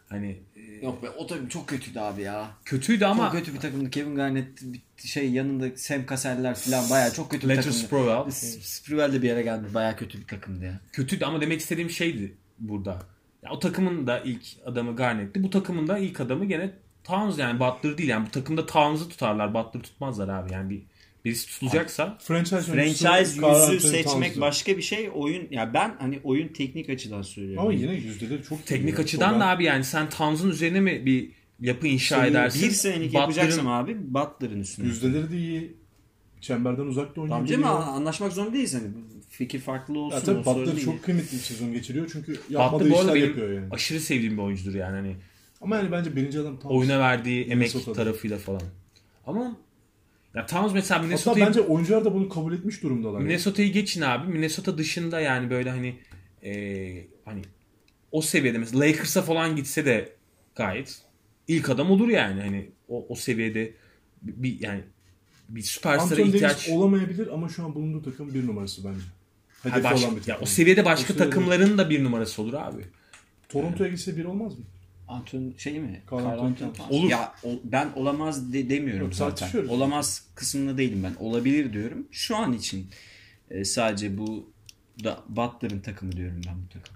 S3: Hani e,
S2: Yok be o tabii çok kötüydü abi ya.
S3: kötüydü ama
S2: Çok kötü bir takımdı. Kevin Garnett bir şey yanında Sam Cassell'ler falan bayağı çok kötü bir
S3: Latrell
S2: takımdı.
S3: Sprewell.
S2: S- Sprewell de bir yere geldi. Bayağı kötü bir takımdı ya.
S3: kötüydü ama demek istediğim şeydi burada. Ya o takımın da ilk adamı Garnett'ti. Bu takımın da ilk adamı gene Towns yani Butler değil. Yani bu takımda Towns'ı tutarlar. Butler tutmazlar abi. Yani bir birisi tutulacaksa
S1: Franchise,
S2: Franchise
S1: Carl
S2: yüzü
S1: Anthony
S2: seçmek
S1: Towns'dı.
S2: başka bir şey. Oyun ya ben hani oyun teknik açıdan söylüyorum.
S1: Ama yine yüzdeleri çok
S3: Ee, teknik
S1: iyi.
S3: açıdan
S1: Çok
S3: da abi yani sen Towns'un üzerine mi bir yapı inşa
S2: Senin
S3: edersin?
S2: Hani Bir senelik
S3: Butler'ın-
S2: yapacaksın abi Butler'ın üstüne.
S1: Yüzdeleri de iyi. Çemberden uzak da
S2: Tamam canım
S1: oynayabiliyor.
S2: anlaşmak zorunda değiliz. Hani fikir farklı olsun.
S1: Ya
S2: o
S1: tabii
S2: sorun
S1: Butler
S2: değil.
S1: çok kıymetli bir sezon geçiriyor çünkü yapmadığı
S3: Butler bu
S1: işler
S3: arada
S1: yapıyor
S3: benim
S1: yani.
S3: aşırı sevdiğim bir oyuncudur yani. Hani
S1: Ama yani bence birinci adam Towns.
S3: oyuna verdiği emek
S1: Minnesota'da.
S3: tarafıyla falan. Ama ya Towns mesela
S1: Hatta
S3: Minnesota'yı
S1: bence oyuncular da bunu kabul etmiş durumdalar. yani.
S3: Minnesota'yı geçin abi. Minnesota dışında yani böyle hani eee, hani o seviyede mesela Lakers'a falan gitse de gayet ilk adam olur yani hani o, o seviyede bir yani bir süperstara
S1: Anthony
S3: ihtiyaç
S1: Davis olamayabilir ama şu an bulunduğu takım bir numarası bence.
S3: Ha,
S1: Hedefi
S3: baş-
S1: olan bir takım.
S3: ya o seviyede başka
S1: O seviyede-
S3: takımların da bir numarası olur abi.
S1: Toronto'ya gitse bir olmaz mı?
S2: Anton şey mi?
S1: Carl
S2: Carl
S1: Anthony
S2: Anthony
S1: Towns.
S2: Towns. Ya o- ben olamaz de- demiyorum
S1: Yok,
S2: zaten.
S1: tartışıyoruz.
S2: Olamaz kısmında değilim ben. Olabilir diyorum. Şu an için e, sadece bu da Butler'ın takımı diyorum ben bu takım.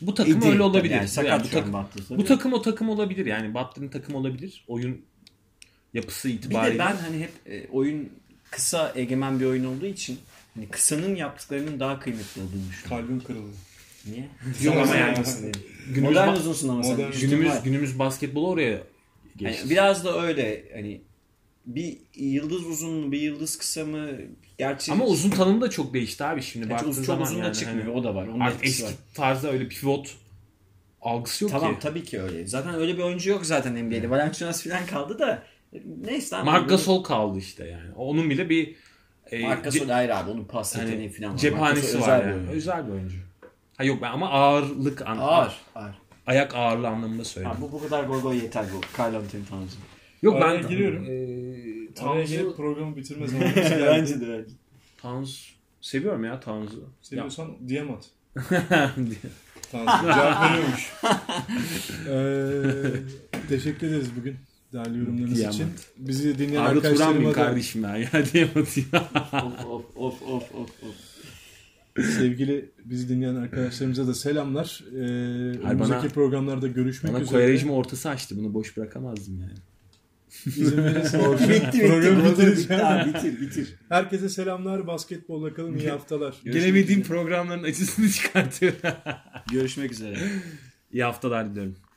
S3: Bu takım
S2: İdi.
S3: öyle olabilir.
S2: Yani sakat
S3: Yani bu,
S2: şu an
S3: takım,
S2: Butler tabii.
S3: bu takım o takım olabilir. Yani Butler'ın takım olabilir. Oyun yapısı
S2: Bir de
S3: itibariyle.
S2: ben hani hep e, oyun kısa egemen bir oyun olduğu için hani kısanın yaptıklarının daha kıymetli olduğunu düşünüyorum.
S1: Kalbim kırıldı.
S2: Niye? Hani
S3: Yok ama yani günümüz
S2: Modern
S3: ba-
S2: uzunsun ama sen.
S1: Modern-
S2: Şutun var.
S3: günümüz günümüz basketbolu oraya
S2: Yani
S3: geçti.
S2: biraz da öyle hani bir yıldız uzun mu bir yıldız kısa mı gerçi
S3: Ama uzun tanımı da çok değişti abi şimdi.
S2: Gerçi
S3: baktığın
S2: uz- çok
S3: zaman
S2: uzun da
S3: yani
S2: çıkmıyor
S3: hani
S2: o da var. Onun
S3: Artık
S2: etkisi
S3: eski
S2: var.
S3: tarzda öyle pivot algısı yok
S2: Tamam
S3: ki.
S2: tabii ki öyle. Zaten öyle bir oyuncu yok zaten NBA'de. Valanciunas falan kaldı da e, neyse abi.
S3: Marc Gasol kaldı işte yani. Onun bile bir e,
S2: Marc
S3: ce-
S2: Gasol ayrı abi. Onun pas yeteneği
S3: hani
S2: falan var. Marc
S3: cephanesi
S2: Gasol
S3: var
S2: özel bir
S3: yani.
S2: oyuncu.
S3: Özel bir oyuncu. Ha yok ben ama ağırlık an-
S2: Ağır. Ağır.
S3: ayak ağırlığı anlamında söyledim.
S2: Ha, bu, bu kadar gol gol yeter bu. Carl Anthony Towns'ın.
S3: yok
S1: Araya
S3: ben
S1: giriyorum.
S3: E,
S1: Oraya gelip
S3: Towns'u
S1: programı bitirme zamanı geldi.
S2: Bence de bence.
S3: Towns seviyorum ya Towns'u. Ya-
S1: Seviyorsan DM at. Tansu cevap veriyormuş. Ee, teşekkür ederiz bugün değerli yorumlarınız
S3: DM
S1: için. Bizi dinleyen
S3: Arda Turan mıyım
S1: arkadaşlarıma da
S3: kardeşim ben ya diye atayım.
S2: Of of of of of. of.
S1: sevgili bizi dinleyen arkadaşlarımıza da selamlar. Ee, önümüzdeki programlarda görüşmek
S3: Bana
S1: üzere.
S3: Koyarejmi ortası açtı bunu boş bırakamazdım yani.
S1: İzin verirsen
S2: bitti
S1: programı
S2: bitti.
S1: bitireceğim.
S2: Bitti abi bitir bitir.
S1: Herkese selamlar. Basketbolla kalın. iyi haftalar.
S3: Gelemediğim programların acısını çıkartıyorum.
S2: Görüşmek üzere.
S3: İyi haftalar diliyorum.